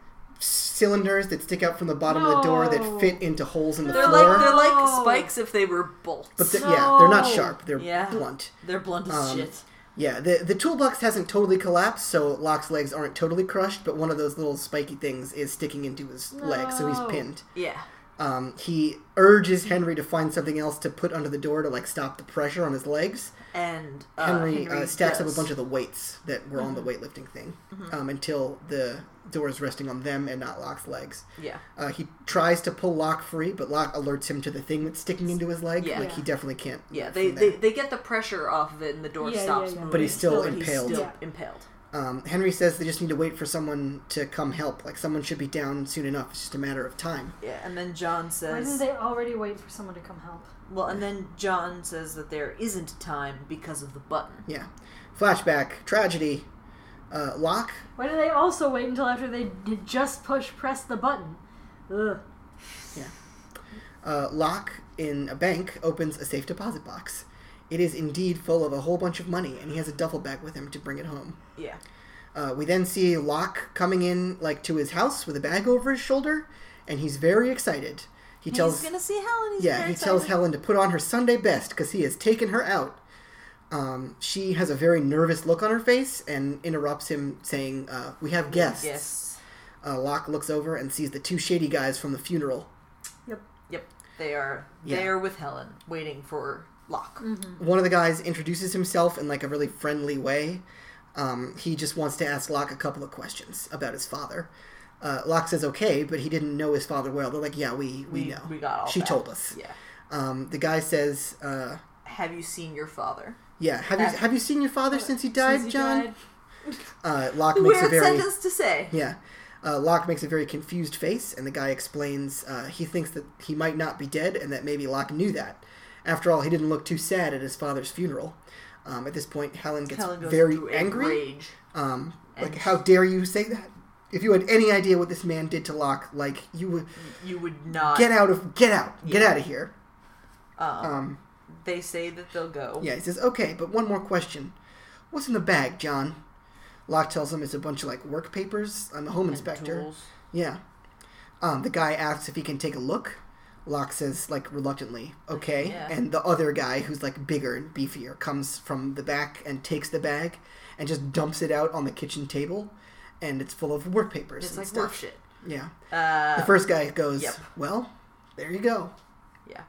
Speaker 1: cylinders that stick out from the bottom of the door
Speaker 2: No.
Speaker 1: that fit into holes in the
Speaker 3: They're
Speaker 1: floor.
Speaker 3: like they're like
Speaker 2: No.
Speaker 3: spikes if they were bolts.
Speaker 1: but they're, yeah, they're not
Speaker 2: No.
Speaker 1: sharp. They're
Speaker 3: Yeah.
Speaker 1: blunt.
Speaker 3: they're blunt as
Speaker 1: um,
Speaker 3: shit.
Speaker 1: Yeah, the the toolbox hasn't totally collapsed, so Locke's legs aren't totally crushed. But one of those little spiky things is sticking into his leg, so he's
Speaker 2: No.
Speaker 1: pinned.
Speaker 3: Yeah,
Speaker 1: Um, he urges Henry to find something else to put under the door to like stop the pressure on his legs.
Speaker 3: and uh, Mm-hmm.
Speaker 1: Henry, uh, stacks up a bunch of the weights that were on the weightlifting thing um, until the door is resting on them and not Locke's legs.
Speaker 3: yeah.
Speaker 1: Uh, he tries to pull Locke free, but Locke alerts him to the thing that's sticking into his leg.
Speaker 3: Yeah.
Speaker 1: Like he definitely can't.
Speaker 3: Yeah,
Speaker 1: move
Speaker 3: they,
Speaker 1: from there.
Speaker 3: they they get the pressure off of it, and the door
Speaker 2: Yeah, yeah,
Speaker 3: stops
Speaker 2: yeah.
Speaker 3: moving.
Speaker 1: But he's still impaled.
Speaker 3: He's still
Speaker 2: Yeah.
Speaker 3: impaled.
Speaker 1: Um, Henry says they just need to wait for someone to come help. Like someone should be down soon enough. It's just a matter of time.
Speaker 3: Yeah, and then John
Speaker 2: Why
Speaker 3: says,
Speaker 2: didn't they already wait for someone to come help?
Speaker 3: "Well," and then John says that there isn't time because of the button.
Speaker 1: Yeah. Flashback tragedy. Uh, Locke.
Speaker 2: Why did they also wait until after they did just push press the button? Ugh.
Speaker 1: Uh, Locke in a bank opens a safe deposit box. It is indeed full of a whole bunch of money, and he has a duffel bag with him to bring it home.
Speaker 3: Yeah,
Speaker 1: Uh, we then see Locke coming in, like to his house with a bag over his shoulder, and he's very excited. He tells,
Speaker 3: he's gonna see Helen. He's
Speaker 1: yeah,
Speaker 3: very
Speaker 1: he tells
Speaker 3: excited.
Speaker 1: Helen to put on her Sunday best because he has taken her out. Um, she has a very nervous look on her face and interrupts him, saying, uh, "We have guests."
Speaker 3: Yes.
Speaker 1: Uh, Locke looks over and sees the two shady guys from the funeral.
Speaker 2: Yep.
Speaker 3: Yep. They are
Speaker 1: Yeah.
Speaker 3: there with Helen, waiting for Locke.
Speaker 2: Mm-hmm.
Speaker 1: one of the guys introduces himself in like a really friendly way. Um, he just wants to ask Locke a couple of questions about his father. Uh, Locke says okay, but he didn't know his father well. They're like, yeah, we we, know.
Speaker 3: we got all.
Speaker 1: she
Speaker 3: that.
Speaker 1: told us.
Speaker 3: Yeah.
Speaker 1: Um, the guy says, uh,
Speaker 3: Have you seen your father?
Speaker 1: yeah. Have you
Speaker 3: That-
Speaker 1: have you seen your father since he died,
Speaker 2: Since he
Speaker 1: John?
Speaker 2: died.
Speaker 1: Uh, Locke makes a
Speaker 3: Weird
Speaker 1: very
Speaker 3: sentence to say.
Speaker 1: yeah. Uh, Locke makes a very confused face, and the guy explains uh, he thinks that he might not be dead and that maybe Locke knew that. After all, he didn't look too sad at his father's funeral. Um, at this point, Helen gets
Speaker 3: Helen goes
Speaker 1: very
Speaker 3: into a
Speaker 1: angry.
Speaker 3: rage.
Speaker 1: Um, like,
Speaker 3: And-
Speaker 1: how dare you say that? If you had any idea what this man did to Locke, like, you would
Speaker 3: You would not.
Speaker 1: get out of get out, get out of here.
Speaker 3: um,
Speaker 1: Um,
Speaker 3: they say that they'll go.
Speaker 1: yeah, he says, okay, but one more question. What's in the bag, John? Locke tells him it's a bunch of like work papers. I'm a home
Speaker 3: and
Speaker 1: inspector.
Speaker 3: tools.
Speaker 1: Yeah. Um, the guy asks if he can take a look. Locke says, like, reluctantly, okay.
Speaker 3: Yeah.
Speaker 1: And the other guy, who's, like, bigger and beefier, comes from the back and takes the bag and just dumps it out on the kitchen table. And it's full of work papers
Speaker 3: It's
Speaker 1: and
Speaker 3: like
Speaker 1: stuff.
Speaker 3: work shit.
Speaker 1: Yeah.
Speaker 3: Uh,
Speaker 1: The first guy goes,
Speaker 3: yep.
Speaker 1: well, there you go.
Speaker 3: yeah.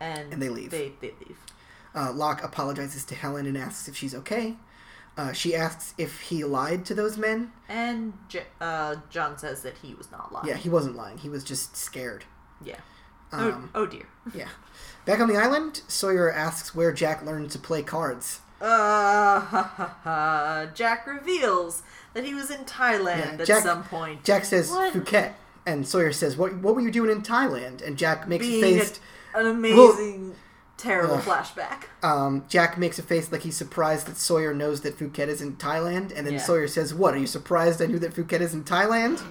Speaker 3: And,
Speaker 1: And they leave.
Speaker 3: They, they leave.
Speaker 1: Uh, Locke apologizes to Helen and asks if she's okay. Uh, she asks if he lied to those men.
Speaker 3: And J- uh, John says that he was not lying.
Speaker 1: Yeah, he wasn't lying. He was just scared.
Speaker 3: Yeah.
Speaker 1: Um,
Speaker 3: oh, oh dear.
Speaker 1: Yeah. Back on the island, Sawyer asks where Jack learned to play cards.
Speaker 3: Uh, Jack reveals that he was in Thailand
Speaker 1: Yeah,
Speaker 3: at
Speaker 1: Jack-
Speaker 3: some point.
Speaker 1: Jack says
Speaker 2: What?
Speaker 1: Phuket And Sawyer says, "What what were you doing in Thailand?" And Jack makes a
Speaker 3: Being
Speaker 1: face.
Speaker 3: a, an amazing, terrible
Speaker 1: Ugh.
Speaker 3: flashback.
Speaker 1: Um, Jack makes a face like he's surprised that Sawyer knows that Phuket is in Thailand, and then
Speaker 3: Yeah.
Speaker 1: Sawyer says, "What? Are you surprised I knew that Phuket is in Thailand?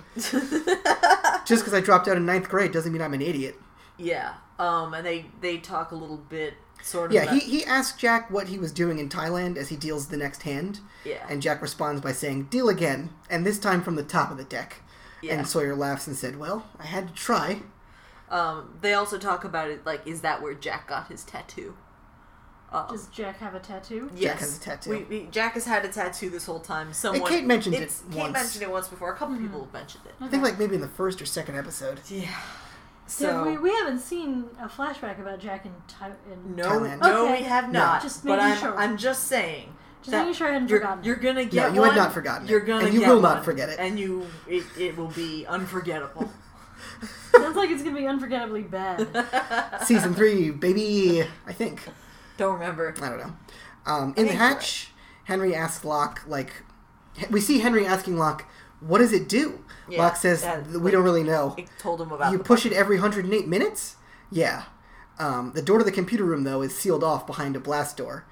Speaker 1: Just because I dropped out in ninth grade doesn't mean I'm an idiot."
Speaker 3: yeah. Um, and they they talk a little bit, sort of.
Speaker 1: Yeah,
Speaker 3: about-
Speaker 1: he he asks Jack what he was doing in Thailand as he deals the next hand,
Speaker 3: yeah.
Speaker 1: and Jack responds by saying, "Deal again," and this time from the top of the deck.
Speaker 3: yeah.
Speaker 1: And Sawyer laughs and said, "Well, I had to try."
Speaker 3: um, they also talk about it like, is that where Jack got his tattoo? Um,
Speaker 2: Does Jack have a tattoo?
Speaker 3: yes.
Speaker 1: Jack has a tattoo.
Speaker 3: We, we, Jack has had a tattoo this whole time. Someone
Speaker 1: Kate mentioned it
Speaker 3: it's- Kate
Speaker 1: once.
Speaker 3: mentioned it once before. A
Speaker 2: Hmm.
Speaker 3: couple people have mentioned it.
Speaker 1: I think like maybe in the first or second episode.
Speaker 3: Yeah.
Speaker 2: Yeah,
Speaker 3: So
Speaker 2: we, we haven't seen a flashback about Jack in, Ty- in
Speaker 3: no,
Speaker 1: Thailand.
Speaker 3: no,
Speaker 2: Okay.
Speaker 3: we have
Speaker 1: No.
Speaker 3: not.
Speaker 2: Just
Speaker 3: but
Speaker 2: making
Speaker 3: I'm,
Speaker 2: sure.
Speaker 3: I'm just saying.
Speaker 2: Just
Speaker 3: that
Speaker 2: making sure I hadn't
Speaker 3: you're,
Speaker 2: forgotten.
Speaker 3: You're gonna get.
Speaker 1: you had
Speaker 3: one,
Speaker 1: not forgotten it,
Speaker 3: You're gonna
Speaker 1: and you
Speaker 3: get
Speaker 1: will not
Speaker 3: one,
Speaker 1: forget it.
Speaker 3: and you it, it will be unforgettable.
Speaker 2: Sounds like it's gonna be unforgettably bad.
Speaker 1: Season three, baby. I think
Speaker 3: Don't remember.
Speaker 1: I don't know. Um, in the
Speaker 3: think you're
Speaker 1: hatch, Henry asks Locke like we see Henry asking Locke, "What does it do?"
Speaker 3: Yeah,
Speaker 1: Locke says,
Speaker 3: that-
Speaker 1: "We don't really know."
Speaker 3: I told him about
Speaker 1: You
Speaker 3: the-
Speaker 1: push it every 108 minutes? Yeah. Um, the door to the computer room, though, is sealed off behind a blast door,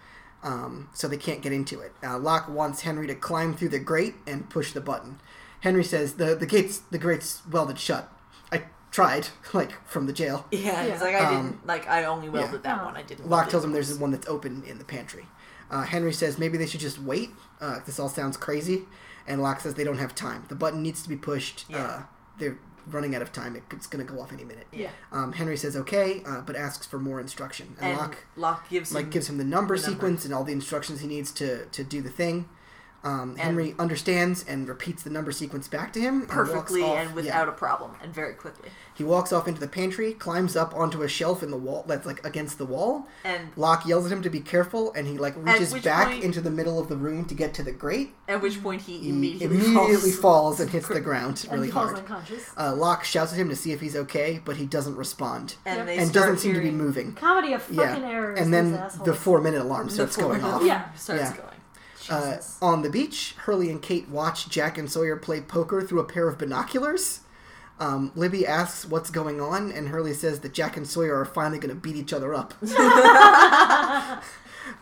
Speaker 1: um, so they can't get into it. Uh, Locke wants Henry to climb through the grate and push the button. Henry says, the, the gate's the grate's welded shut. I tried, like, from the jail.
Speaker 3: Yeah, it's
Speaker 2: Yeah.
Speaker 3: like I
Speaker 1: Um,
Speaker 3: didn't like I only welded that
Speaker 2: Oh.
Speaker 3: one. I didn't.
Speaker 1: Locke
Speaker 3: weld
Speaker 1: tells
Speaker 3: it.
Speaker 1: him there's one that's open in the pantry. Uh, Henry says maybe they should just wait. Uh, this all sounds crazy. And Locke says they don't have time. The button needs to be pushed.
Speaker 3: Yeah.
Speaker 1: Uh, they're running out of time. It- It's going to go off any minute.
Speaker 3: Yeah.
Speaker 1: Um, Henry says okay, uh, but asks for more instruction. And,
Speaker 3: And Locke,
Speaker 1: Locke
Speaker 3: gives him
Speaker 1: like gives him the number
Speaker 3: the number.
Speaker 1: sequence and all the instructions he needs to to do the thing. Um,
Speaker 3: And-
Speaker 1: Henry understands and repeats the number sequence back to him and walks
Speaker 3: perfectly
Speaker 1: off-
Speaker 3: and
Speaker 1: yeah.
Speaker 3: without a problem and very quickly.
Speaker 1: He walks off into the pantry, climbs up onto a shelf in the wall that's like against the wall.
Speaker 3: And
Speaker 1: Locke yells at him to be careful, and he like reaches
Speaker 3: which
Speaker 1: back
Speaker 3: point-
Speaker 1: into the middle of the room to get to the grate.
Speaker 3: at which point he
Speaker 1: He
Speaker 3: immediately,
Speaker 1: immediately
Speaker 3: falls.
Speaker 1: falls and hits the ground
Speaker 2: and
Speaker 1: really
Speaker 2: he falls
Speaker 1: hard.
Speaker 2: unconscious.
Speaker 1: Uh, Locke shouts at him to see if he's okay, but he doesn't respond
Speaker 3: and
Speaker 2: Yep.
Speaker 3: they
Speaker 1: and
Speaker 3: start
Speaker 1: doesn't seem to be
Speaker 3: hearing-
Speaker 1: moving.
Speaker 2: Comedy of
Speaker 1: Yeah,
Speaker 2: fucking errors.
Speaker 1: and then
Speaker 2: these assholes.
Speaker 1: the four-minute alarm
Speaker 3: The
Speaker 1: starts going
Speaker 3: four-
Speaker 1: off.
Speaker 2: Yeah.
Speaker 3: starts
Speaker 1: Yeah.
Speaker 3: going.
Speaker 1: Uh,
Speaker 2: Jesus.
Speaker 1: on the beach, Hurley and Kate watch Jack and Sawyer play poker through a pair of binoculars. Um, Libby asks what's going on, and Hurley says that Jack and Sawyer are finally going to beat each other up.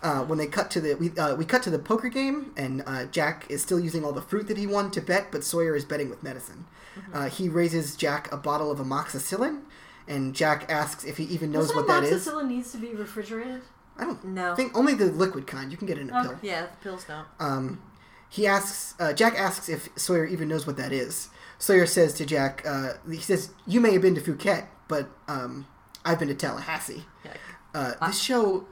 Speaker 1: uh, when they cut to the we, uh, we cut to the poker game, and uh, Jack is still using all the fruit that he won to bet, but Sawyer is betting with medicine.
Speaker 2: Mm-hmm.
Speaker 1: Uh, he raises Jack a bottle of amoxicillin, and Jack asks if he even knows
Speaker 2: Doesn't
Speaker 1: what that is.
Speaker 2: amoxicillin needs to be refrigerated?
Speaker 1: I don't
Speaker 3: No.
Speaker 1: think only the liquid kind. You can get it in a
Speaker 2: Okay.
Speaker 1: pill.
Speaker 3: Yeah, the pills don't.
Speaker 1: Um, he asks uh, Jack asks if Sawyer even knows what that is. Sawyer says to Jack, uh, he says, "You may have been to Phuket, but um, I've been to Tallahassee."
Speaker 3: Yeah.
Speaker 1: Uh, this show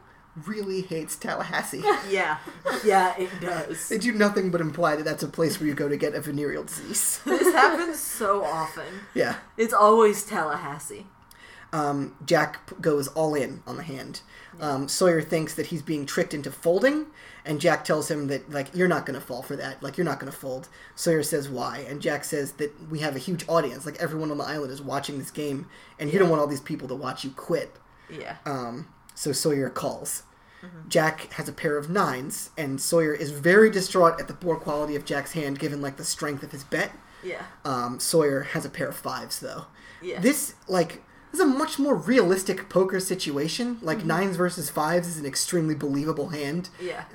Speaker 1: really hates Tallahassee.
Speaker 3: Yeah, yeah, it does.
Speaker 1: they do nothing but imply that that's a place where you go to get a venereal disease.
Speaker 3: this happens so often.
Speaker 1: yeah.
Speaker 3: It's always Tallahassee.
Speaker 1: um, Jack p- goes all in on the hand. Um, Sawyer thinks that he's being tricked into folding, and Jack tells him that like you're not going to fall for that. Like you're not going to fold. Sawyer says why, and Jack says that we have a huge audience. Like everyone on the island is watching this game, and you don't want all these people to watch you quit.
Speaker 3: Yeah,
Speaker 1: Um, so Sawyer calls. Jack has a pair of nines, and Sawyer is very distraught at the poor quality of Jack's hand, given like the strength of his bet.
Speaker 3: yeah,
Speaker 1: Um, Sawyer has a pair of fives, though.
Speaker 3: Yeah.
Speaker 1: This, like, this is a much more realistic poker situation. Like, nines versus fives is an extremely believable hand.
Speaker 3: yeah.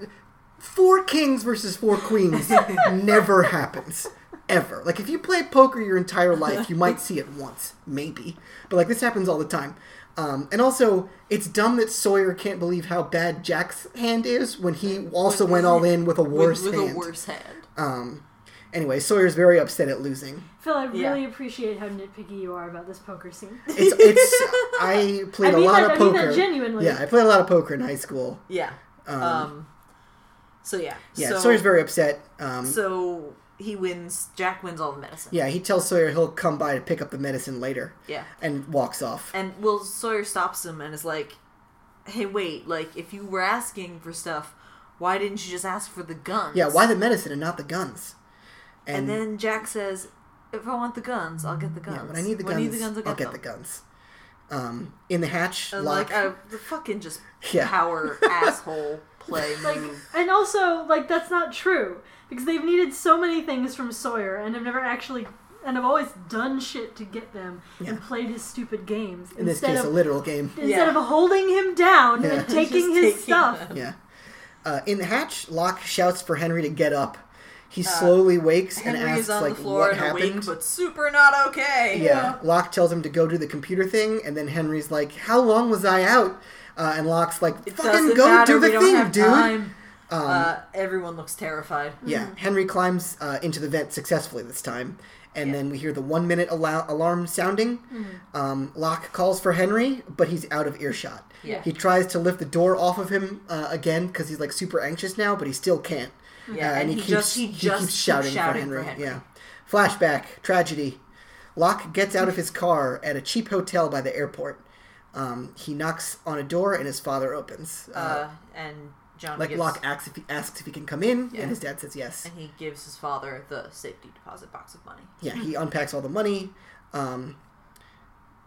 Speaker 1: Four kings versus four queens never happens. Ever. Like, if you play poker your entire life, you might see it once, maybe. But, like, this happens all the time. Um, and also, it's dumb that Sawyer can't believe how bad Jack's hand is when he also went all in with a worse
Speaker 3: with, with
Speaker 1: hand.
Speaker 3: a worse hand.
Speaker 1: Um, anyway, Sawyer's very upset at losing.
Speaker 2: Phil, I
Speaker 3: Yeah.
Speaker 2: really appreciate how nitpicky you are about this poker scene.
Speaker 1: It's it's I played
Speaker 2: I mean
Speaker 1: a lot
Speaker 2: that-
Speaker 1: of
Speaker 2: I mean that
Speaker 1: poker.
Speaker 2: genuinely.
Speaker 1: Yeah, I played a lot of poker in high school.
Speaker 3: Yeah.
Speaker 1: Um,
Speaker 3: Um. so yeah.
Speaker 1: Yeah,
Speaker 3: So,
Speaker 1: Sawyer's very upset. Um,
Speaker 3: so he wins. Jack wins all the medicine.
Speaker 1: yeah, he tells Sawyer he'll come by to pick up the medicine later
Speaker 3: Yeah.
Speaker 1: and walks off.
Speaker 3: And Will Sawyer stops him and is like, "Hey, wait! Like, if you were asking for stuff, why didn't you just ask for the guns?"
Speaker 1: yeah, why the medicine and not the guns?
Speaker 3: And, then Jack says, "If I want the guns, I'll get the guns.
Speaker 1: yeah, when I need the guns,
Speaker 3: I need the guns, I'll get,
Speaker 1: I'll get
Speaker 3: them."
Speaker 1: the guns. Um, in the hatch,
Speaker 3: And
Speaker 1: Locke,
Speaker 3: like uh, a the fucking just
Speaker 1: Yeah.
Speaker 3: power asshole play
Speaker 2: Like,
Speaker 3: move.
Speaker 2: and also, like, that's not true because they've needed so many things from Sawyer and have never actually and I've always done shit to get them and
Speaker 1: Yeah.
Speaker 2: played his stupid games
Speaker 1: In this
Speaker 2: instead
Speaker 1: case,
Speaker 2: of
Speaker 1: a literal game.
Speaker 2: instead
Speaker 3: Yeah.
Speaker 2: of holding him down
Speaker 1: Yeah.
Speaker 2: and taking his
Speaker 3: Just taking
Speaker 2: stuff.
Speaker 3: them.
Speaker 1: Yeah. Uh, in the hatch, Locke shouts for Henry to get up. He slowly wakes and
Speaker 3: Uh, Henry
Speaker 1: asks,
Speaker 3: is on
Speaker 1: like,
Speaker 3: the floor
Speaker 1: what
Speaker 3: and
Speaker 1: happened?
Speaker 3: awake, but super not okay.
Speaker 1: Yeah. Locke tells him to go do the computer thing, and then Henry's like, "How long was I out?" Uh, and Locke's like,
Speaker 3: It
Speaker 1: "Fucking
Speaker 3: doesn't
Speaker 1: go
Speaker 3: matter.
Speaker 1: do the
Speaker 3: we don't
Speaker 1: thing,
Speaker 3: have
Speaker 1: dude."
Speaker 3: Time.
Speaker 1: Um,
Speaker 3: uh, everyone looks terrified.
Speaker 1: yeah. Henry climbs uh, into the vent successfully this time, and
Speaker 3: Yeah. Mm-hmm.
Speaker 1: then we hear the one-minute ala- alarm sounding. Um, Locke calls for Henry, but he's out of earshot.
Speaker 3: Yeah.
Speaker 1: He tries to lift the door off of him uh, again because he's like super anxious now, but he still can't.
Speaker 3: Mm-hmm. Yeah,
Speaker 1: Uh,
Speaker 3: and he just- he just keeps shouting for Henry.
Speaker 1: Yeah. Flashback, tragedy. Locke gets out of his car at a cheap hotel by the airport. Um, he knocks on a door and his father opens. Uh,
Speaker 3: Uh, and John
Speaker 1: like
Speaker 3: gives,
Speaker 1: Locke asks if, he, asks if he can come in,
Speaker 3: Yeah.
Speaker 1: and his dad says yes.
Speaker 3: and he gives his father the safety deposit box of money.
Speaker 1: Yeah, he unpacks all the money. Um,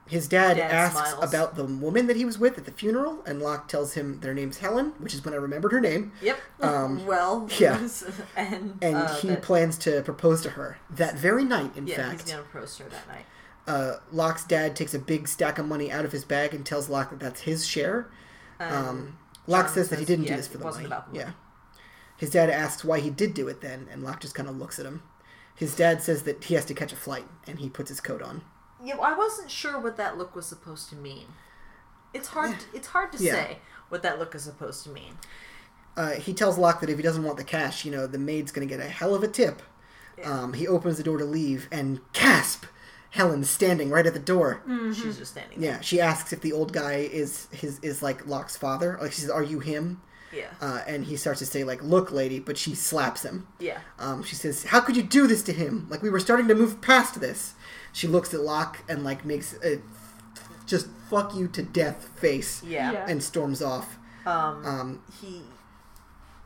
Speaker 1: his dad,
Speaker 3: Dad
Speaker 1: asks
Speaker 3: smiles.
Speaker 1: about the woman that he was with at the funeral, and Locke tells him their name's Helen, which is when I remembered her name.
Speaker 3: Yep.
Speaker 1: Um,
Speaker 3: well.
Speaker 1: yeah.
Speaker 3: and
Speaker 1: And
Speaker 3: uh,
Speaker 1: he
Speaker 3: that-
Speaker 1: plans to propose to her that very night. In
Speaker 3: yeah,
Speaker 1: fact,
Speaker 3: he's gonna propose to her that night.
Speaker 1: uh, Locke's dad takes a big stack of money out of his bag and tells Locke that that's his share. Um, Locke
Speaker 3: John
Speaker 1: says that he
Speaker 3: says,
Speaker 1: didn't do
Speaker 3: yeah,
Speaker 1: this for
Speaker 3: it
Speaker 1: the
Speaker 3: wasn't
Speaker 1: money.
Speaker 3: about the
Speaker 1: yeah.
Speaker 3: money.
Speaker 1: His dad asks why he did do it then, and Locke just kind of looks at him. His dad says that he has to catch a flight, and he puts his coat on.
Speaker 3: Yeah, well, I wasn't sure what that look was supposed to mean. It's hard. It's hard to
Speaker 1: Yeah.
Speaker 3: say what that look is supposed to mean.
Speaker 1: Uh, he tells Locke that if he doesn't want the cash, you know, the maid's going to get a hell of a tip. Um, he opens the door to leave, and Casp! Helen's standing right at the door.
Speaker 3: She's just standing.
Speaker 1: Yeah, she asks if the old guy is his is like Locke's father. Like she says, "Are you him?"
Speaker 3: There. Yeah.
Speaker 1: Uh, and he starts to say like, "Look, lady," but she slaps him.
Speaker 3: yeah.
Speaker 1: Um, she says, "How could you do this to him? Like we were starting to move past this." She looks at Locke and like makes a just "fuck you to death" face
Speaker 3: Yeah.
Speaker 2: Yeah.
Speaker 1: and storms off.
Speaker 3: Um,
Speaker 1: Um,
Speaker 3: he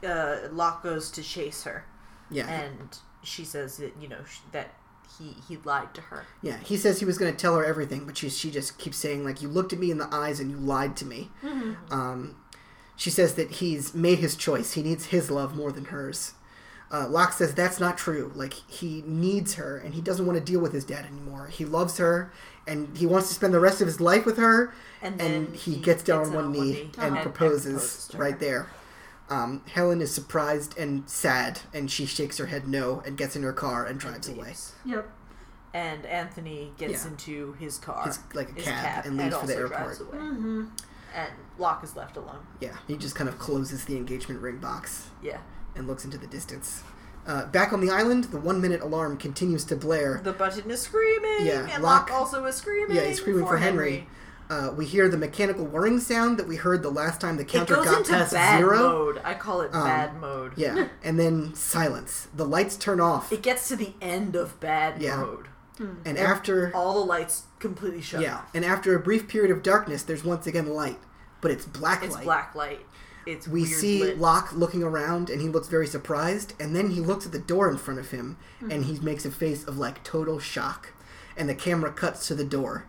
Speaker 3: uh, Locke goes to chase her,
Speaker 1: yeah,
Speaker 3: and she says that you know sh- that he he lied to her.
Speaker 1: yeah. He says he was going to tell her everything, but she she just keeps saying like, "You looked at me in the eyes and you lied to me."
Speaker 3: Mm-hmm.
Speaker 1: Um, she says that he's made his choice. He needs his love more than hers. Uh, Locke says that's not true. Like he needs her, and he doesn't want to deal with his dad anymore. He loves her, and he wants to spend the rest of his life with her.
Speaker 3: And
Speaker 1: And,
Speaker 3: then
Speaker 1: he,
Speaker 3: he
Speaker 1: gets down on
Speaker 3: gets
Speaker 1: one knee, and,
Speaker 3: and- and
Speaker 1: proposes
Speaker 3: proposes to her.
Speaker 1: right there. Um, Helen is surprised and sad, and she shakes her head no and gets in her car and drives away.
Speaker 3: leaves.
Speaker 2: Yep.
Speaker 3: And Anthony gets
Speaker 1: Yeah.
Speaker 3: into his car,
Speaker 1: His- like a cab, and leaves for the
Speaker 3: also drives
Speaker 1: airport.
Speaker 3: away.
Speaker 2: hmm
Speaker 3: And Locke is left alone.
Speaker 1: Yeah, he just kind of closes the engagement ring box
Speaker 3: Yeah,
Speaker 1: and looks into the distance. Uh, back on the island, the one minute alarm continues to blare.
Speaker 3: the button is screaming.
Speaker 1: Yeah,
Speaker 3: and Locke,
Speaker 1: Locke-
Speaker 3: also is screaming.
Speaker 1: Yeah, he's screaming for Henry. Uh, we hear the mechanical whirring sound that we heard the last time the
Speaker 3: It
Speaker 1: counter
Speaker 3: goes
Speaker 1: got
Speaker 3: into
Speaker 1: past
Speaker 3: bad
Speaker 1: zero.
Speaker 3: mode. I call it
Speaker 1: Um,
Speaker 3: bad mode.
Speaker 1: Yeah, and then silence. The lights turn off,
Speaker 3: It gets to the end of bad
Speaker 1: Yeah.
Speaker 3: mode.
Speaker 1: and after
Speaker 3: All the lights completely shut
Speaker 1: yeah,
Speaker 3: off.
Speaker 1: and after a brief period of darkness, there's once again light, but it's black
Speaker 3: It's
Speaker 1: light.
Speaker 3: black light. It's
Speaker 1: We
Speaker 3: weird
Speaker 1: see
Speaker 3: lit.
Speaker 1: Locke looking around, and he looks very surprised. And then he looks at the door in front of him,
Speaker 3: Hmm.
Speaker 1: and he makes a face of like total shock. And the camera cuts to the door.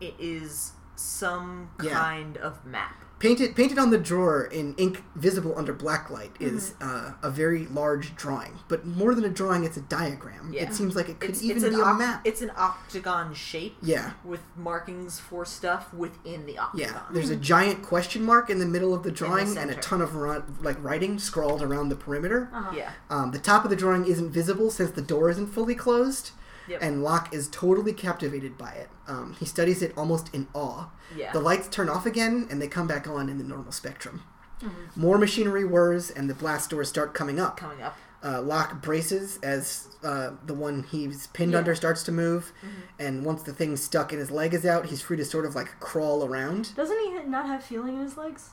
Speaker 3: It is some
Speaker 1: Yeah.
Speaker 3: kind of map.
Speaker 1: Painted painted on the drawer in ink visible under blacklight
Speaker 3: Hmm.
Speaker 1: is uh, a very large drawing, but more than a drawing, it's a diagram.
Speaker 3: Yeah.
Speaker 1: It seems like it could
Speaker 3: It's,
Speaker 1: even
Speaker 3: it's an
Speaker 1: be a
Speaker 3: oc-
Speaker 1: map.
Speaker 3: It's an octagon shape
Speaker 1: yeah,
Speaker 3: with markings for stuff within the
Speaker 1: yeah.
Speaker 3: octagon.
Speaker 1: There's a giant question mark in the middle of the drawing and a
Speaker 3: center.
Speaker 1: ton of ri- like writing scrawled around the perimeter.
Speaker 2: Uh-huh.
Speaker 3: yeah.
Speaker 1: Um, the top of the drawing isn't visible since the door isn't fully closed,
Speaker 3: Yep.
Speaker 1: and Locke is totally captivated by it. Um, he studies it almost in awe.
Speaker 3: Yeah.
Speaker 1: The lights turn off again, and they come back on in the normal spectrum.
Speaker 3: Mm-hmm.
Speaker 1: More machinery whirs, and the blast doors start coming up.
Speaker 3: Coming up.
Speaker 1: Uh, Locke braces as uh, the one he's pinned
Speaker 2: Yeah.
Speaker 1: under starts to move, and once the thing stuck in his leg is out, he's free to sort of like crawl around.
Speaker 2: Doesn't he not have feeling in his legs?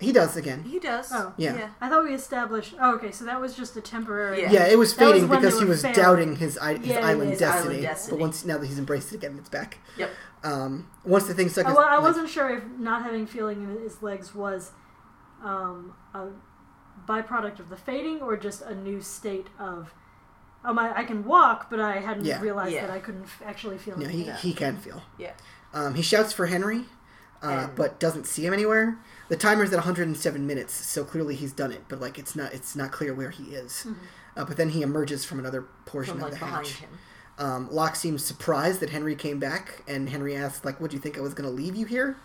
Speaker 1: He does again.
Speaker 3: He does.
Speaker 2: Oh.
Speaker 1: Yeah.
Speaker 2: I thought we established. Oh, okay, so that was just a temporary.
Speaker 1: Yeah,
Speaker 3: Yeah.
Speaker 1: it was
Speaker 2: That was
Speaker 1: fading
Speaker 2: when
Speaker 1: because
Speaker 2: they
Speaker 1: he
Speaker 2: were
Speaker 1: was
Speaker 2: failing.
Speaker 1: doubting his, I- his,
Speaker 2: Yeah, yeah,
Speaker 1: island,
Speaker 2: his
Speaker 1: destiny.
Speaker 3: island destiny.
Speaker 1: But once now that he's embraced it again, it's back.
Speaker 3: Yep.
Speaker 1: Um, once the thing stuck,
Speaker 2: I,
Speaker 1: his,
Speaker 2: wa- Oh, I
Speaker 1: like-
Speaker 2: wasn't sure if not having feeling in his legs was um, a byproduct of the fading or just a new state of, oh my, I can walk, but I hadn't
Speaker 1: Yeah.
Speaker 2: realized
Speaker 3: Yeah.
Speaker 2: that I couldn't f- actually feel
Speaker 1: No,
Speaker 2: anything.
Speaker 1: he,
Speaker 3: Yeah.
Speaker 1: he can feel.
Speaker 3: Yeah.
Speaker 1: Um, he shouts for Henry, uh,
Speaker 3: And-
Speaker 1: but doesn't see him anywhere. The timer's at 107 minutes, so clearly he's done it. But
Speaker 2: Mm-hmm.
Speaker 1: like, it's not it's not clear where he is. Uh, but then he emerges from another portion
Speaker 3: From
Speaker 1: of
Speaker 3: like
Speaker 1: the
Speaker 3: behind
Speaker 1: hatch.
Speaker 3: him.
Speaker 1: Um, Locke seems surprised that Henry came back, and Henry asks, like, what do you think I was going to leave you here?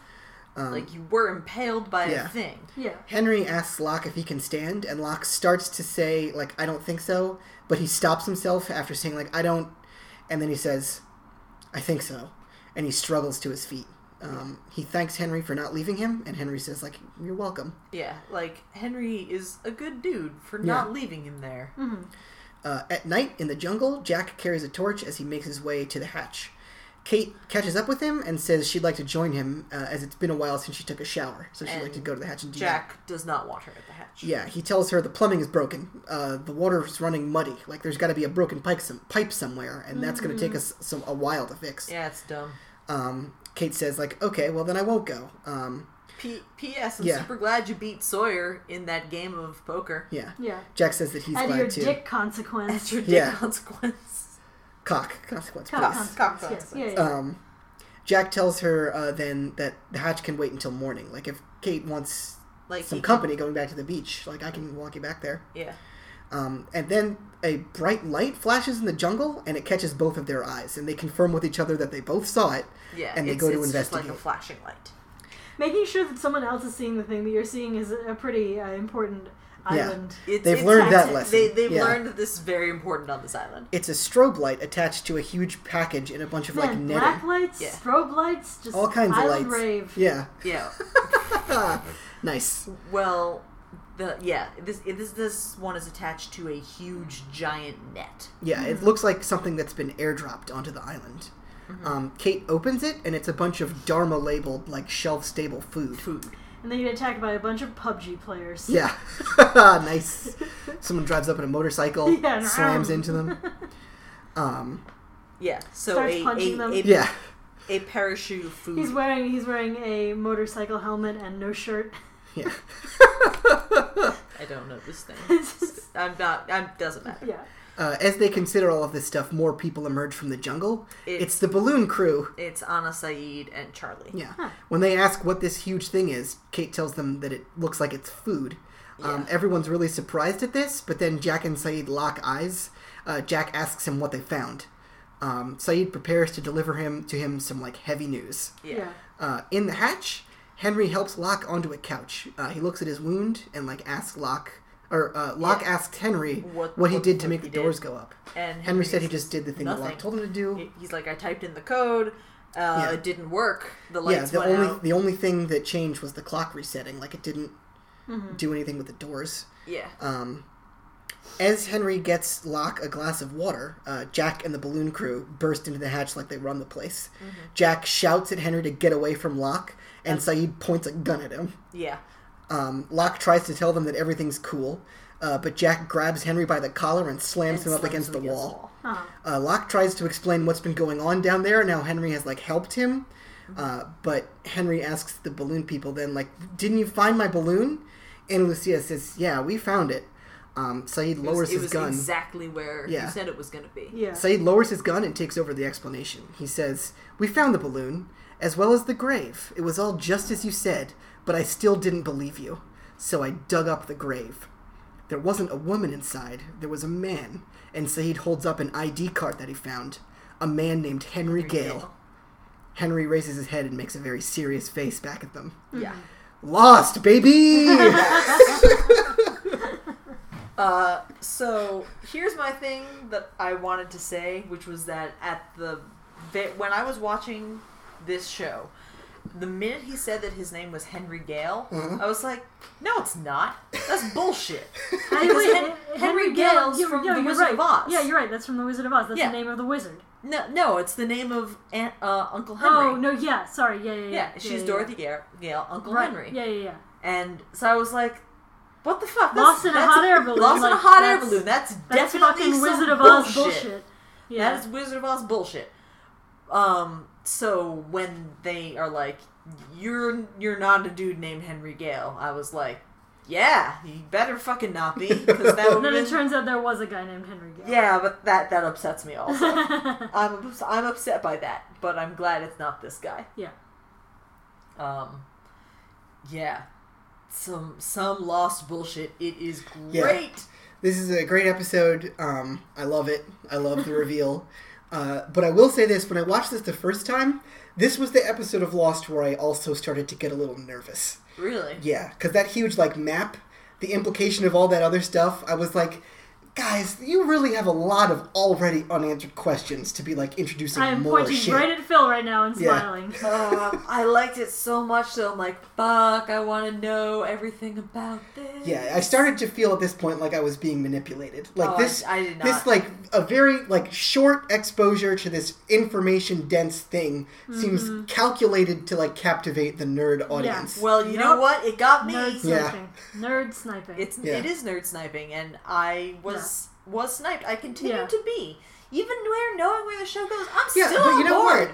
Speaker 1: Um,
Speaker 3: like you were impaled by
Speaker 1: yeah.
Speaker 3: a thing.
Speaker 2: Yeah.
Speaker 1: Henry asks Locke if he can stand, and Locke starts to say, like, I don't think so, but he stops himself after saying, like, I don't, and then he says, I think so, and he struggles to his feet. Um, he thanks Henry for not leaving him, and Henry says, like, you're welcome.
Speaker 3: Yeah, like Henry is a good dude for not leaving him there.
Speaker 2: Mm-hmm.
Speaker 1: Uh, at night in the jungle, Jack carries a torch as he makes his way to the hatch. Kate catches up with him and says she'd like to join him, uh, as it's been a while since she took a shower, so she'd like
Speaker 3: And
Speaker 1: to go to the hatch and do that.
Speaker 3: Jack does not want her at the hatch.
Speaker 1: Yeah, he tells her the plumbing is broken. Uh, the water's running muddy. Like there's got to be a broken pipe, some pipe somewhere, and that's going to take us some a while to fix.
Speaker 3: Yeah, it's dumb.
Speaker 1: Um, Kate says like, okay, well then I won't go. Um,
Speaker 3: P- P.S. I'm
Speaker 1: Yeah.
Speaker 3: super glad you beat Sawyer in that game of poker.
Speaker 1: yeah.
Speaker 2: Yeah.
Speaker 1: Jack says that he's
Speaker 2: At your
Speaker 1: glad to
Speaker 2: dick
Speaker 3: That's
Speaker 2: consequence.
Speaker 3: your
Speaker 1: Yeah.
Speaker 3: dick consequence.
Speaker 1: cock consequence.
Speaker 2: Cock
Speaker 1: please.
Speaker 2: consequence,
Speaker 3: Cock
Speaker 2: yes,
Speaker 3: consequence.
Speaker 2: Yeah, yeah.
Speaker 1: Um, Jack tells her uh, then that the hatch can wait until morning. Like if Kate wants
Speaker 3: Like
Speaker 1: some
Speaker 3: he-
Speaker 1: company going back to the beach, like I can walk you back there.
Speaker 3: Yeah.
Speaker 1: Um, and then a bright light flashes in the jungle, and it catches both of their eyes, and they confirm with each other that they both saw it.
Speaker 3: Yeah.
Speaker 1: And they
Speaker 3: it's,
Speaker 1: go to
Speaker 3: it's just like a
Speaker 1: investigate.
Speaker 3: flashing light.
Speaker 2: Making sure that someone else is seeing the thing that you're seeing is a pretty uh, important
Speaker 1: Yeah.
Speaker 2: island.
Speaker 3: It's,
Speaker 1: They've
Speaker 3: it's
Speaker 1: learned that
Speaker 3: taxi-
Speaker 1: lesson.
Speaker 3: They, they've
Speaker 1: Yeah.
Speaker 3: learned that this is very important on this island.
Speaker 1: It's a strobe light attached to a huge package in a bunch of like
Speaker 2: Man,
Speaker 1: netting,
Speaker 2: black lights,
Speaker 3: Yeah.
Speaker 2: strobe lights, just
Speaker 1: all kinds of
Speaker 2: island
Speaker 1: lights.
Speaker 2: rave.
Speaker 1: Yeah,
Speaker 3: Yeah.
Speaker 1: nice.
Speaker 3: well, the yeah this this this one is attached to a huge giant net.
Speaker 1: Yeah,
Speaker 2: Mm-hmm.
Speaker 1: it looks like something that's been airdropped onto the island.
Speaker 2: Mm-hmm.
Speaker 1: Um, Kate opens it, and it's a bunch of Dharma labeled like shelf stable food.
Speaker 3: Food.
Speaker 2: And then you get attacked by a bunch of PUBG players.
Speaker 1: Yeah, nice. Someone drives up in a motorcycle,
Speaker 2: Yeah, and
Speaker 1: slams
Speaker 2: ram.
Speaker 1: into them. Um,
Speaker 3: Yeah. So
Speaker 2: Starts
Speaker 3: a
Speaker 2: punching
Speaker 3: a,
Speaker 2: them.
Speaker 3: a,
Speaker 1: yeah,
Speaker 3: a parachute of food.
Speaker 2: He's wearing he's wearing a motorcycle helmet and no shirt.
Speaker 1: yeah.
Speaker 3: I don't know this thing.
Speaker 2: It's just-
Speaker 3: I'm not. I'm doesn't matter.
Speaker 2: yeah.
Speaker 1: Uh, as they consider all of this stuff, more people emerge from the jungle.
Speaker 3: It-
Speaker 1: it's the balloon crew.
Speaker 3: It's Anna Saeed and Charlie.
Speaker 1: Yeah. When they ask what this huge thing is, Kate tells them that it looks like it's food. Um, everyone's really surprised at this, but then Jack and Saeed lock eyes. Uh, Jack asks him what they found. Um, Saeed prepares to deliver him to him some like heavy news.
Speaker 3: Yeah.
Speaker 2: Yeah.
Speaker 1: Uh, in the hatch, Henry helps Locke onto a couch. Uh, he looks at his wound and like asks Locke, or uh, Locke
Speaker 3: Yeah.
Speaker 1: asks Henry
Speaker 3: What-
Speaker 1: what, he
Speaker 3: what-
Speaker 1: did to
Speaker 3: what
Speaker 1: make
Speaker 3: he
Speaker 1: the doors
Speaker 3: did.
Speaker 1: go up.
Speaker 3: And
Speaker 1: Henry said he
Speaker 3: is-
Speaker 1: just did the thing that
Speaker 3: nothing.
Speaker 1: Locke told him to do.
Speaker 3: He- He's like, I typed in the code. Uh,
Speaker 1: Yeah.
Speaker 3: It didn't work. The
Speaker 1: yeah,
Speaker 3: lights
Speaker 1: the
Speaker 3: went
Speaker 1: only
Speaker 3: out.
Speaker 1: the only thing that changed was the clock resetting. Like it didn't
Speaker 3: Mm-hmm.
Speaker 1: do anything with the doors.
Speaker 3: Yeah.
Speaker 1: Um, as Henry gets Locke a glass of water, uh, Jack and the balloon crew burst into the hatch like they run the place.
Speaker 3: Mm-hmm.
Speaker 1: Jack shouts at Henry to get away from Locke, and Saeed points a gun at him.
Speaker 3: Yeah.
Speaker 1: Um, Locke tries to tell them that everything's cool, uh, but Jack grabs Henry by the collar and slams
Speaker 3: And
Speaker 1: him up
Speaker 3: slams
Speaker 1: against the
Speaker 3: him against
Speaker 1: wall.
Speaker 3: the wall.
Speaker 2: Uh-huh.
Speaker 1: Uh, Locke tries to explain what's been going on down there. Now Henry has like helped him, uh, but Henry asks the balloon people then like, "Didn't you find my balloon?" And Lucia says, "Yeah, we found it." Um, Saeed
Speaker 3: It was-
Speaker 1: lowers
Speaker 3: it was
Speaker 1: his gun.
Speaker 3: exactly where
Speaker 1: Yeah.
Speaker 3: you said it was going to be.
Speaker 2: Yeah.
Speaker 1: Saeed lowers his gun and takes over the explanation. He says, "We found the balloon as well as the grave. It was all just as you said, but I still didn't believe you, so I dug up the grave." There wasn't a woman inside, there was a man. And Saeed holds up an ID card that he found. A man named Henry Gale. Henry raises his head and makes a very serious face back at them.
Speaker 2: Mm-hmm.
Speaker 3: Yeah.
Speaker 1: Lost, baby!
Speaker 3: Uh, so here's my thing that I wanted to say, which was that at the that when I was watching this show, the minute he said that his name was Henry Gale,
Speaker 1: Uh-huh.
Speaker 3: I was like, "No, it's not. That's bullshit."
Speaker 2: Hey,
Speaker 3: Because
Speaker 2: wait,
Speaker 3: Hen-
Speaker 2: Hen-
Speaker 3: Henry Gale's
Speaker 2: you-
Speaker 3: from
Speaker 2: yeah,
Speaker 3: The
Speaker 2: you're
Speaker 3: Wizard
Speaker 2: right.
Speaker 3: of Oz.
Speaker 2: Yeah, you're right. That's from The Wizard of Oz. That's
Speaker 3: Yeah.
Speaker 2: the name of the wizard.
Speaker 3: No, no, it's the name of Aunt, uh, Uncle Henry.
Speaker 2: Oh no, yeah, sorry, yeah, yeah, yeah.
Speaker 3: Yeah, she's
Speaker 2: yeah,
Speaker 3: Dorothy Gale, Gale Uncle
Speaker 2: Right.
Speaker 3: Henry.
Speaker 2: Yeah, yeah, yeah.
Speaker 3: And so I was like, "What the fuck?
Speaker 2: Lost in a hot air balloon,
Speaker 3: Lost in a
Speaker 2: like,
Speaker 3: hot air
Speaker 2: that's-
Speaker 3: balloon. That's,
Speaker 2: That's
Speaker 3: definitely
Speaker 2: fucking
Speaker 3: some
Speaker 2: Wizard of Oz
Speaker 3: bullshit.
Speaker 2: bullshit. Yeah.
Speaker 3: That is Wizard of Oz bullshit. Um, so when they are like, "You're you're not a dude named Henry Gale," I was like, "Yeah, you better fucking not be," because that
Speaker 2: and
Speaker 3: would
Speaker 2: then it turns out there was a guy named Henry Gale.
Speaker 3: yeah, but that that upsets me also.
Speaker 2: Yeah.
Speaker 3: I'm ups- I'm upset by that, but I'm glad it's not this guy.
Speaker 2: yeah.
Speaker 3: Um, yeah, some some lost bullshit. It is great.
Speaker 1: Yeah. This is a great episode. Um, I love it. I love the reveal. Uh, but I will say this: when I watched this the first time, this was the episode of Lost where I also started to get a little nervous.
Speaker 3: Really?
Speaker 1: Yeah, because that huge like map, the implication of all that other stuff, I was like, guys, you really have a lot of already unanswered questions to be like introducing
Speaker 2: I am
Speaker 1: more
Speaker 2: pointing
Speaker 1: shit.
Speaker 2: right at Phil right now and
Speaker 1: Yeah.
Speaker 2: smiling.
Speaker 3: Uh, I liked it so much that I'm like, fuck, I want to know everything about this.
Speaker 1: yeah, I started to feel at this point like I was being manipulated. Like
Speaker 3: Oh, I-
Speaker 1: this,
Speaker 3: I did
Speaker 1: this
Speaker 3: not.
Speaker 1: like a very like short exposure to this information dense thing seems calculated to like captivate the nerd audience.
Speaker 3: Mm-hmm. Well, you know
Speaker 2: Nope.
Speaker 3: what? It got me.
Speaker 2: Nerd
Speaker 1: Yeah.
Speaker 2: sniping. Nerd sniping.
Speaker 3: It's
Speaker 1: Yeah.
Speaker 3: it is nerd sniping, and I was was sniped. I continue
Speaker 2: Yeah.
Speaker 3: to be, even where knowing where the show goes. I'm
Speaker 1: Yeah,
Speaker 3: still
Speaker 1: but
Speaker 3: on
Speaker 1: you know
Speaker 3: board.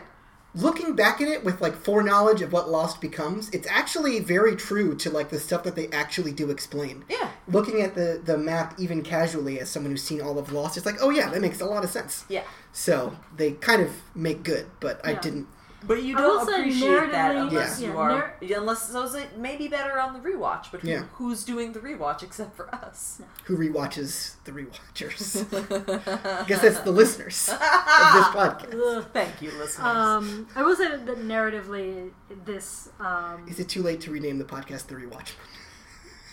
Speaker 1: what? Looking back at it with like foreknowledge of what Lost becomes, it's actually very true to like the stuff that they actually do explain.
Speaker 3: Yeah,
Speaker 1: Looking at the the map even casually as someone who's seen all of Lost, it's like, oh yeah, that makes a lot of sense.
Speaker 3: yeah.
Speaker 1: So they kind of make good, but I
Speaker 2: Yeah.
Speaker 1: didn't.
Speaker 3: But you
Speaker 2: I will
Speaker 3: don't
Speaker 2: say
Speaker 3: appreciate that
Speaker 2: narratively-
Speaker 3: unless
Speaker 2: Yeah.
Speaker 3: you
Speaker 2: yeah,
Speaker 3: are. unless so is it may be better on the rewatch, but who,
Speaker 1: Yeah.
Speaker 3: who's doing the rewatch except for us?
Speaker 1: Who rewatches the rewatchers? I guess that's the listeners of this podcast.
Speaker 2: Ugh.
Speaker 3: Thank you, listeners.
Speaker 2: Um, I will say that that narratively, this um,
Speaker 1: Is it too late to rename the podcast the Rewatch?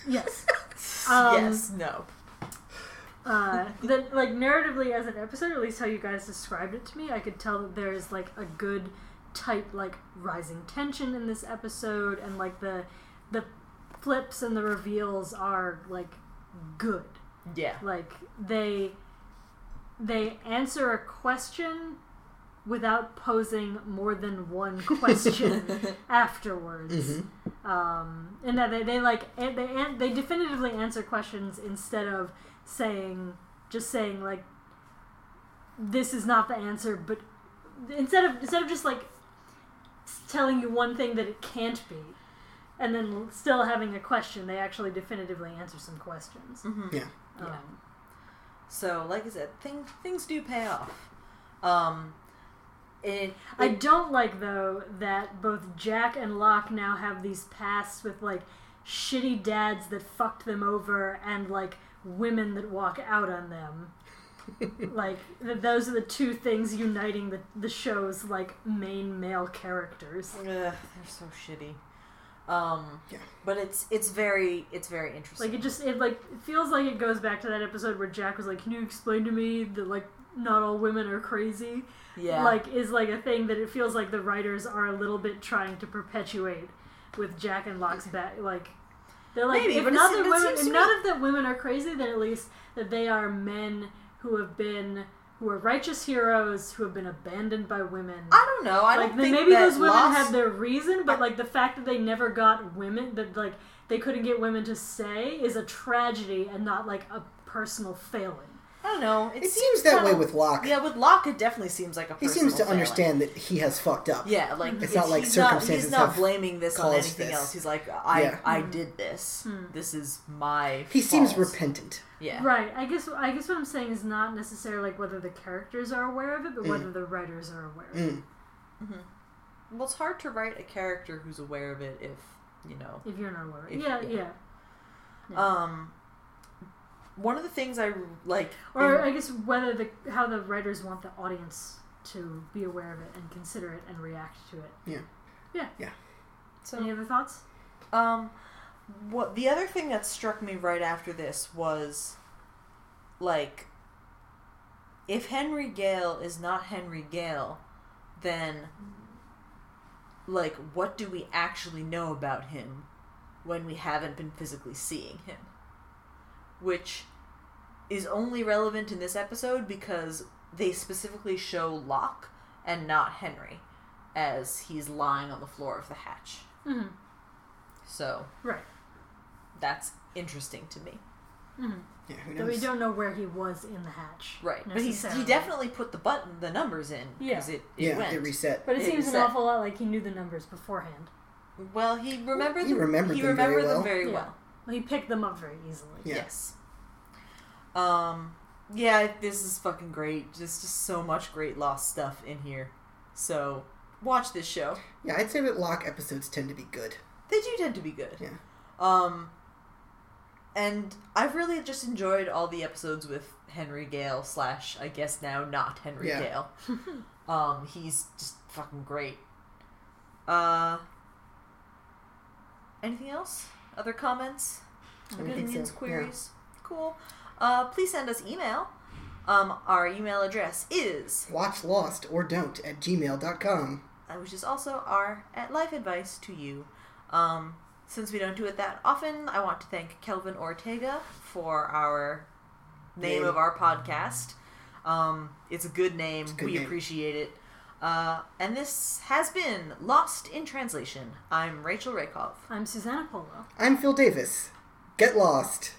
Speaker 2: yes, um,
Speaker 3: yes, no.
Speaker 2: uh, that like narratively as an episode, at least how you guys described it to me, I could tell that there is like a good, tight like rising tension in this episode, and like the the flips and the reveals are like good.
Speaker 3: Yeah.
Speaker 2: Like they they answer a question without posing more than one question afterwards.
Speaker 1: Mm-hmm.
Speaker 2: um, and that they, they like an- they an- they definitively answer questions instead of saying just saying like this is not the answer but instead of instead of just like s- telling you one thing that it can't be and then l- still having a question they actually definitively answer some questions
Speaker 1: Yeah.
Speaker 3: Yeah.
Speaker 2: um,
Speaker 3: So, like I said, things things do pay off. Um, and
Speaker 2: I don't like though that both Jack and Locke now have these pasts with like shitty dads that fucked them over and like women that walk out on them. like th- those are the two things uniting the the show's like main male characters.
Speaker 3: Ugh, they're so shitty. Um,
Speaker 1: Yeah.
Speaker 3: but it's it's very it's very interesting.
Speaker 2: Like it just it like it feels like it goes back to that episode where Jack was like, "Can you explain to me that like not all women are crazy?"
Speaker 3: yeah,
Speaker 2: like is like a thing that it feels like the writers are a little bit trying to perpetuate with Jack and Locke's back. Like they're like,
Speaker 3: Maybe,
Speaker 2: if
Speaker 3: but it
Speaker 2: not
Speaker 3: se-
Speaker 2: that
Speaker 3: it
Speaker 2: women,
Speaker 3: seems
Speaker 2: if
Speaker 3: to
Speaker 2: not
Speaker 3: me-
Speaker 2: if that women are crazy, then at least that they are men who have been who are righteous heroes who have been abandoned by women.
Speaker 3: I don't know. I
Speaker 2: like
Speaker 3: don't
Speaker 2: then
Speaker 3: think
Speaker 2: maybe
Speaker 3: that
Speaker 2: those women
Speaker 3: Lost-
Speaker 2: had their reason, but like the fact that they never got women that like they couldn't get women to say is a tragedy and not like a personal failing.
Speaker 3: I don't know. It,
Speaker 1: It seems that
Speaker 3: kinda-
Speaker 1: way with Locke.
Speaker 3: Yeah, with Locke, it definitely seems like a.
Speaker 1: He seems
Speaker 3: personal
Speaker 1: to
Speaker 3: failing.
Speaker 1: understand that he has fucked up.
Speaker 3: Yeah, like
Speaker 1: It's not like
Speaker 3: he's Not,
Speaker 1: circumstances
Speaker 3: he's not
Speaker 1: have
Speaker 3: blaming this on
Speaker 1: caused
Speaker 3: anything
Speaker 1: this.
Speaker 3: else. He's like, I
Speaker 1: Yeah.
Speaker 3: I did this. This is my.
Speaker 1: He seems
Speaker 3: fault.
Speaker 1: repentant.
Speaker 3: Yeah.
Speaker 2: Right. I guess I guess what I'm saying is not necessarily like whether the characters are aware of it, but
Speaker 3: Mm.
Speaker 2: whether the writers are aware. of it.
Speaker 1: Mm.
Speaker 3: Well, it's hard to write a character who's aware of it if you know
Speaker 2: If you're not aware.
Speaker 3: If-
Speaker 2: yeah,
Speaker 3: yeah.
Speaker 2: yeah,
Speaker 3: Um, one of the things I like,
Speaker 2: Or
Speaker 3: in-
Speaker 2: I guess whether the how the writers want the audience to be aware of it and consider it and react to it.
Speaker 1: Yeah.
Speaker 2: Yeah.
Speaker 1: Yeah.
Speaker 3: So-
Speaker 2: any other thoughts?
Speaker 3: um, what the other thing that struck me right after this was, like, if Henry Gale is not Henry Gale, then, like, what do we actually know about him when we haven't been physically seeing him? Which is only relevant in this episode because they specifically show Locke and not Henry as he's lying on the floor of the hatch.
Speaker 2: Mhm.
Speaker 3: So
Speaker 2: Right.
Speaker 3: that's interesting to me.
Speaker 1: Yeah, who
Speaker 2: That we
Speaker 1: knows?
Speaker 2: don't know where he was in the hatch.
Speaker 3: Right. But he's, he
Speaker 2: necessarily.
Speaker 3: definitely put the button, the numbers in.
Speaker 2: Yeah.
Speaker 3: Because it, it
Speaker 1: Yeah,
Speaker 3: went.
Speaker 1: it reset.
Speaker 2: But it
Speaker 3: Yeah,
Speaker 2: seems an
Speaker 3: exact-
Speaker 2: awful lot like he knew the numbers beforehand.
Speaker 3: well, he remembered
Speaker 1: He
Speaker 3: them,
Speaker 1: remembered
Speaker 3: he
Speaker 1: them
Speaker 3: remembered
Speaker 1: very
Speaker 3: them
Speaker 1: well.
Speaker 3: very
Speaker 2: Yeah.
Speaker 3: well.
Speaker 2: Well, he picked them up very easily.
Speaker 1: Yeah.
Speaker 3: Yes. Um. Yeah, this is fucking great. There's just so much great lost stuff in here. So watch this show.
Speaker 1: Yeah, I'd say that Locke episodes tend to be good.
Speaker 3: They do tend to be good.
Speaker 1: Yeah.
Speaker 3: Um. and I've really just enjoyed all the episodes with Henry Gale slash I guess now not Henry
Speaker 1: Yeah.
Speaker 3: Gale. um, he's just fucking great. Uh, anything else? Other comments?
Speaker 1: I don't think
Speaker 3: Opinions?
Speaker 1: so. Yeah.
Speaker 3: Queries? Cool. Uh, please send us email. Um, our email address is,
Speaker 1: Watch Lost or Don't at gmail.com.
Speaker 3: uh, which is also our at life advice to you. Um, since we don't do it that often, I want to thank Kelvin Ortega for our name
Speaker 1: Name.
Speaker 3: of our podcast. Um, it's a good name.
Speaker 1: a good
Speaker 3: we
Speaker 1: name.
Speaker 3: appreciate it. Uh, and this has been Lost in Translation. I'm Rachel Rakoff.
Speaker 2: I'm Susanna Polo.
Speaker 1: I'm Phil Davis. Get lost.